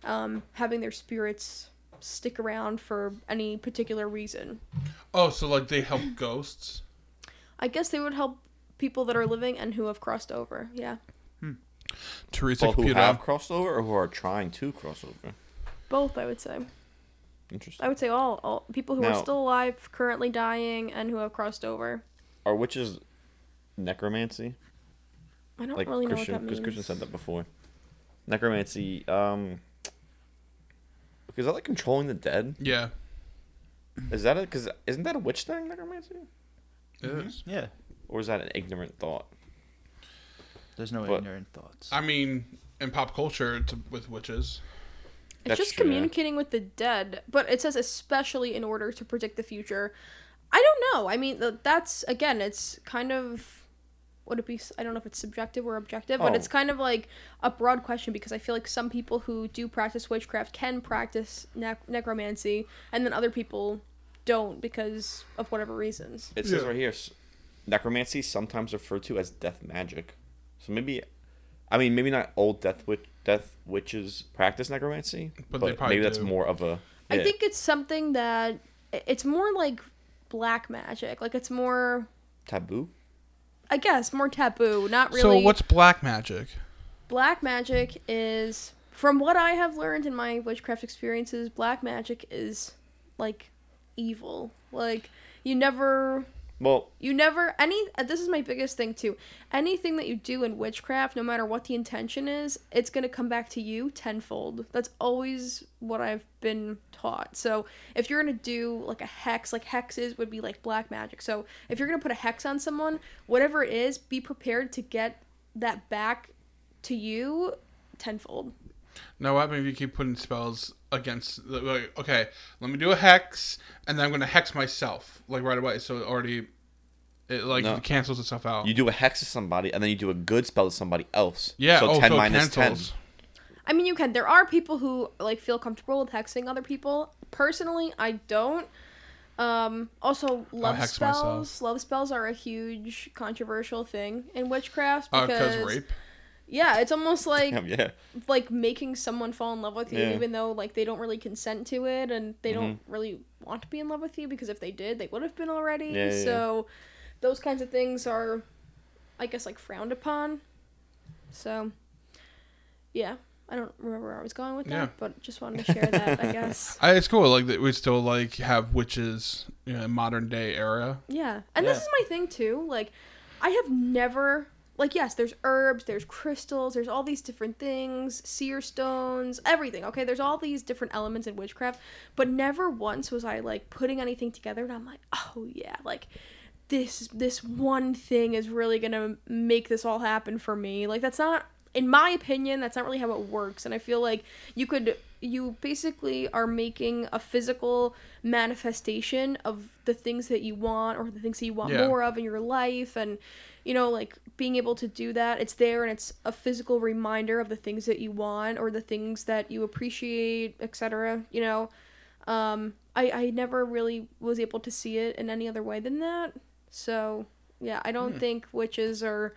S3: um, having their spirits stick around for any particular reason.
S2: Oh, so like they help ghosts.
S3: I guess they would help people that are living and who have crossed over. Yeah,
S2: Teresa
S1: People who
S2: Caputo.
S1: have crossed over or who are trying to cross over.
S3: both I would say. I
S1: Interesting.
S3: would say all, all people who
S1: Now-
S3: are still alive, currently dying, and who have crossed over.
S1: Are witches necromancy?
S3: I don't
S1: Like
S3: really know
S1: Christian,
S3: what that
S1: because
S3: means.
S1: Christian said that before. Necromancy. Um, is that like controlling the dead?
S2: Yeah,
S1: Is that a? Because isn't that a witch thing, necromancy?
S2: it
S1: Mm-hmm.
S2: is.
S4: Mm-hmm. Yeah.
S1: Or is that an ignorant thought?
S4: There's no
S1: What?
S4: ignorant thoughts.
S2: I mean, in pop culture, it's with witches.
S3: It's
S1: That's
S3: just
S1: true, yeah.
S3: communicating with the dead, but it says especially in order to predict the future. I don't know. I mean, th- that's again, it's kind of would it be? s- I don't know if it's subjective or objective, but it's
S1: Oh.
S3: kind of like a broad question because I feel like some people who do practice witchcraft can practice nec- necromancy, and then other people don't because of whatever reasons.
S1: It says
S2: Yeah.
S1: right here, s- necromancy is sometimes referred to as death magic. So maybe, I mean, maybe not all death witch death witches practice necromancy,
S2: But
S1: but,
S2: they probably
S1: maybe that's
S2: do.
S1: more of a.
S3: I
S1: yeah.
S3: think it's something that i- it's more like black magic. Like it's more,
S1: taboo.
S3: I guess, more taboo. Not really.
S2: So what's black magic?
S3: black magic is from what i have learned in my witchcraft experiences black magic is like evil like you never
S1: Well,
S3: you never any uh, this is my biggest thing too anything that you do in witchcraft no matter what the intention is it's going to come back to you tenfold that's always what i've been taught so if you're going to do like a hex like hexes would be like black magic so if you're going to put a hex on someone whatever it is be prepared to get that back to you tenfold
S2: Now, what happens if you keep putting spells against? Like, okay, let me do a hex, and then I'm gonna hex myself like right away. So it already, it like
S1: No.
S2: cancels itself out.
S1: you do a hex to somebody, and then you do a good spell to somebody else.
S2: yeah.
S1: So
S2: oh,
S1: ten
S2: so it
S1: minus
S2: cancels.
S1: ten.
S3: I mean, you can. There are people who like feel comfortable with hexing other people. Personally, I don't. Um, also, love
S2: hex
S3: spells.
S2: myself.
S3: Love spells are a huge controversial thing in witchcraft
S2: Uh,
S3: because
S2: because rape.
S3: yeah, it's almost like
S1: Damn, (laughs) yeah.
S3: like making someone fall in love with you,
S1: Yeah. Mm-hmm.
S3: even though like they don't really consent to it and they don't really want to be in love with you because if they did, they would have been already.
S1: Yeah, yeah, yeah.
S3: so those kinds of things are, I guess, like frowned upon. So, yeah, I don't remember where I was going with that,
S2: Yeah.
S3: but just wanted to share that. I guess.
S2: I, it's cool. Like that we still like have witches you know, in modern day era.
S3: Yeah. And this
S5: Yeah.
S3: is my thing too. Like I have never like yes, there's herbs, there's crystals, there's all these different things, seer stones, everything. Okay, there's all these different elements in witchcraft, but never once was I like putting anything together and I'm like, "Oh yeah, like this this one thing is really going to make this all happen for me." Like that's not in my opinion, that's not really how it works. And I feel like you could you basically are making a physical manifestation of the things that you want or the things that you want
S2: Yeah.
S3: more of in your life and you know like being able to do that it's there and it's a physical reminder of the things that you want or the things that you appreciate etc you know um i i never really was able to see it in any other way than that so yeah i don't think witches are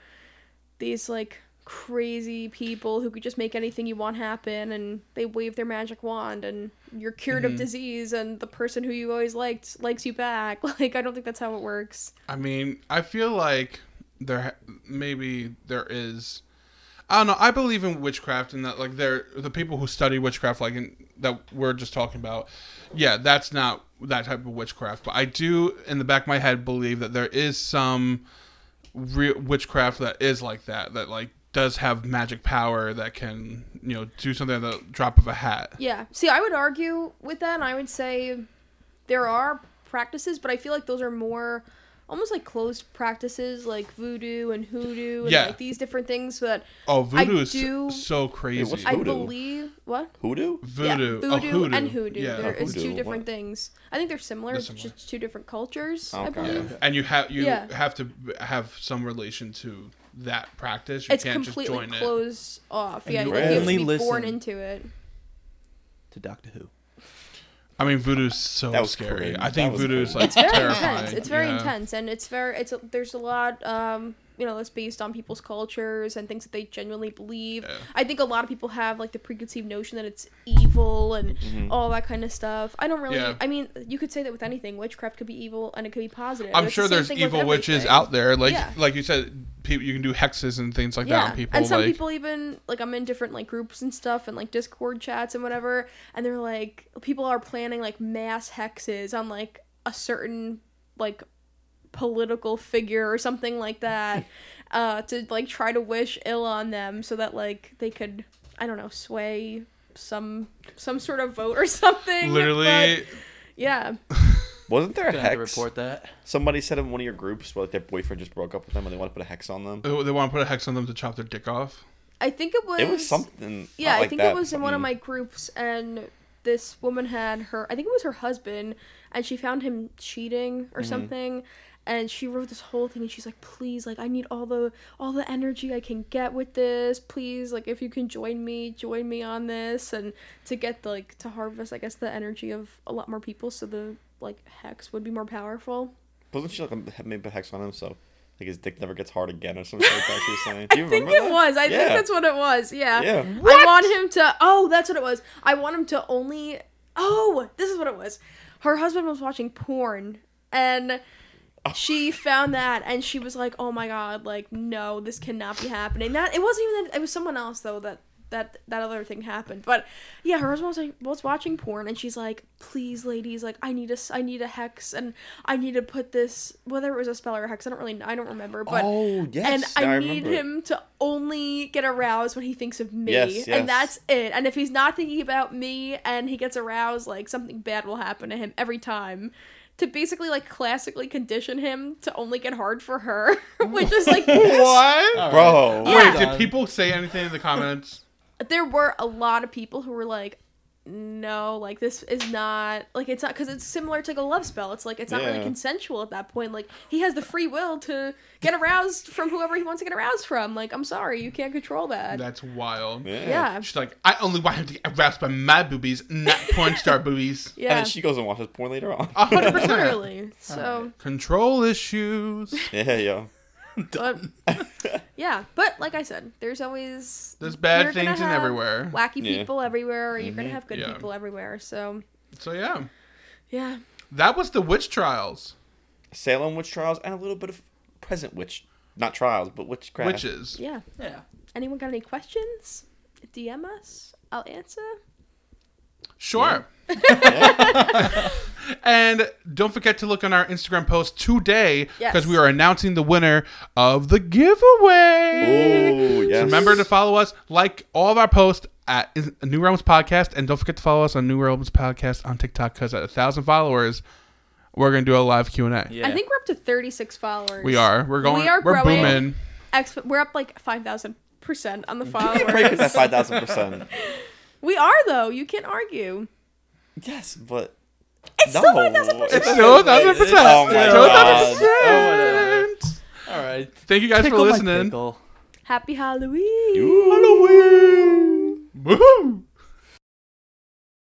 S3: these like crazy people who could just make anything you want happen and they wave their magic wand and you're cured
S2: Mm-hmm.
S3: of disease and the person who you always liked likes you back (laughs) like i don't think that's how it works
S2: I mean, I feel like there ha- maybe there is. I don't know. I believe in witchcraft and that like there the people who study witchcraft like in, that we're just talking about. Yeah, that's not that type of witchcraft, but I do in the back of my head believe that there is some real witchcraft that is like that that like does have magic power that can, you know, do something at the drop of a hat.
S3: yeah see i would argue with that and i would say there are practices but i feel like those are more almost like closed practices like voodoo and hoodoo and
S2: Yeah.
S3: like these different things that
S2: Oh, voodoo
S3: I
S2: is
S3: do-
S2: so crazy.
S1: what's
S3: i
S1: Hoodoo?
S3: believe what
S1: Hoodoo?
S3: Yeah,
S2: voodoo.
S3: voodoo,
S2: Oh, hoodoo.
S3: and hoodoo.
S2: Yeah.
S3: There is
S1: Hoodoo,
S3: two
S1: what?
S3: different things. I think they're similar.
S2: They're
S3: it's
S2: similar.
S3: Just two different cultures. I
S1: Okay.
S3: believe.
S2: and you have you
S3: Yeah.
S2: have to b- have some relation to that practice. You
S3: It's
S2: can't just
S3: completely
S2: join it.
S3: closed off. yeah,
S4: you
S3: you have to
S1: only
S3: be born
S4: listen.
S3: into it.
S4: to Doctor Who.
S2: I mean, voodoo's so
S1: That was
S2: scary.
S1: crazy.
S2: I
S1: That
S2: think
S1: was
S2: voodoo is
S1: crazy.
S2: like
S3: It's very
S2: terrifying.
S3: intense. It's very
S2: Yeah.
S3: intense, and it's very it's a, there's a lot um you know that's based on people's cultures and things that they genuinely believe.
S2: Yeah.
S3: I think a lot of people have like the preconceived notion that it's evil and all that kind of stuff. I don't really.
S2: Yeah.
S3: I mean, you could say that with anything. Witchcraft could be evil and it could be positive.
S2: I'm
S3: It's the
S2: sure
S3: same
S2: there's
S3: thing with
S2: evil witches
S3: everything.
S2: out there, like
S3: Yeah.
S2: like you said, people you can do hexes and things like that on people.
S3: And some
S2: like,
S3: people even like I'm in different like groups and stuff and like Discord chats and whatever, and they're like people are planning like mass hexes on like a certain like political figure or something
S2: (laughs)
S3: like that uh to like try to wish ill on them so that like they could I don't know sway some some sort of vote or (laughs) something.
S2: literally,
S3: But, yeah.
S1: Wasn't there a
S5: Gonna have to
S1: hex?
S5: report that.
S1: Somebody said in one of your groups where like, their boyfriend just broke up with them and they want to put a hex on them.
S2: they want to put a hex on them to chop their dick off.
S3: I think it was
S1: It was something.
S3: Yeah,
S1: like
S3: I think
S1: that,
S3: it was in one of
S1: something-
S3: my groups, and this woman had her. I think it was her husband, and she found him cheating
S1: Mm-hmm.
S3: or something, and she wrote this whole thing, and she's like, "Please, like, I need all the all the energy I can get with this. Please, like, if you can join me, join me on this, and to get the, like to harvest, I guess, the energy of a lot more people, so the like hex would be more powerful."
S1: Wasn't she like a- maybe put a hex on him so like his dick never gets hard again or something like that? She was saying. Do you
S3: (laughs) I think
S1: remember
S3: it
S1: that?
S3: was. I
S1: Yeah.
S3: think that's what it was. Yeah.
S1: Yeah.
S3: I want him to. Oh, that's what it was. I want him to only. Oh, this is what it was. Her husband was watching porn and she found that and she was like, "Oh my god, like no, this cannot be happening." That it wasn't even that it was someone else though that that that other thing happened. But yeah, her husband was like was watching porn and she's like, "Please, ladies, like I need a s- I need a hex and I need to put this whether it was a spell or a hex, I don't really I don't remember, but
S1: Oh
S3: and
S1: yes,
S3: I,
S1: I
S3: need
S1: remember.
S3: him to only get aroused when he thinks of me,
S1: Yes, yes.
S3: and that's it. And if he's not thinking about me and he gets aroused, like something bad will happen to him every time. To basically like classically condition him to only get hard for her, (laughs) which
S1: (laughs)
S3: is like (laughs)
S2: What?
S1: bro.
S3: uh,
S2: Wait,
S3: Yeah. (laughs)
S2: did people say anything in the comments?
S3: there were a lot of people who were like, no, like this is not like it's not because it's similar to like a love spell. It's like it's not really
S1: Yeah.
S3: consensual at that point. Like he has the free will to get aroused from whoever he wants to get aroused from. Like I'm sorry, you can't control that.
S2: That's wild.
S1: Yeah.
S3: yeah.
S2: She's like, I only want him to get aroused by my boobies, not porn
S3: (laughs)
S2: star boobies.
S1: And
S3: Yeah.
S1: then she goes and watches porn later on.
S2: A hundred percent.
S3: Literally. So,
S2: Control
S3: (laughs)
S2: issues.
S1: (laughs) yeah, yeah.
S3: but,
S1: (laughs)
S3: yeah, but like I said, there's always
S2: There's bad
S3: you're gonna
S2: things in
S3: have
S2: everywhere. Mm-hmm.
S3: Wacky
S1: Yeah.
S3: people everywhere, or you're gonna have good
S2: Yeah.
S3: people everywhere. So
S2: So yeah,
S3: yeah,
S2: that was the witch trials.
S1: Salem witch trials and a little bit of present witch, not trials, but witchcraft.
S2: Witches.
S3: yeah.
S5: Yeah.
S3: Anyone got any questions? DM us. I'll answer.
S2: Sure.
S3: (laughs)
S2: (laughs) and don't forget to look on our Instagram post today
S3: Yes.
S2: because we are announcing the winner of the giveaway.
S1: Oh, yes. (laughs)
S2: Remember to follow us, like all of our posts at is- New Realms Podcast, and don't forget to follow us on New Realms Podcast on TikTok because at a thousand followers, we're gonna do a live Q and A.
S5: Yeah.
S3: I think we're up to 36 followers.
S2: We are. We're going.
S3: We are
S2: we're
S3: growing.
S2: booming.
S3: Exp- we're up like 5,000 percent
S2: (laughs)
S3: on the
S1: break with that
S3: followers.
S1: five thousand percent.
S3: we are though. You can't argue.
S1: Yes, but
S3: It's still 5,000%.
S2: It's still a thousand percent.
S1: Oh my
S2: Still a
S1: god.
S2: thousand
S5: Oh,
S2: percent.
S5: All right.
S2: Thank you guys for listening.
S3: Happy Halloween.
S1: Halloween.
S2: Woohoo!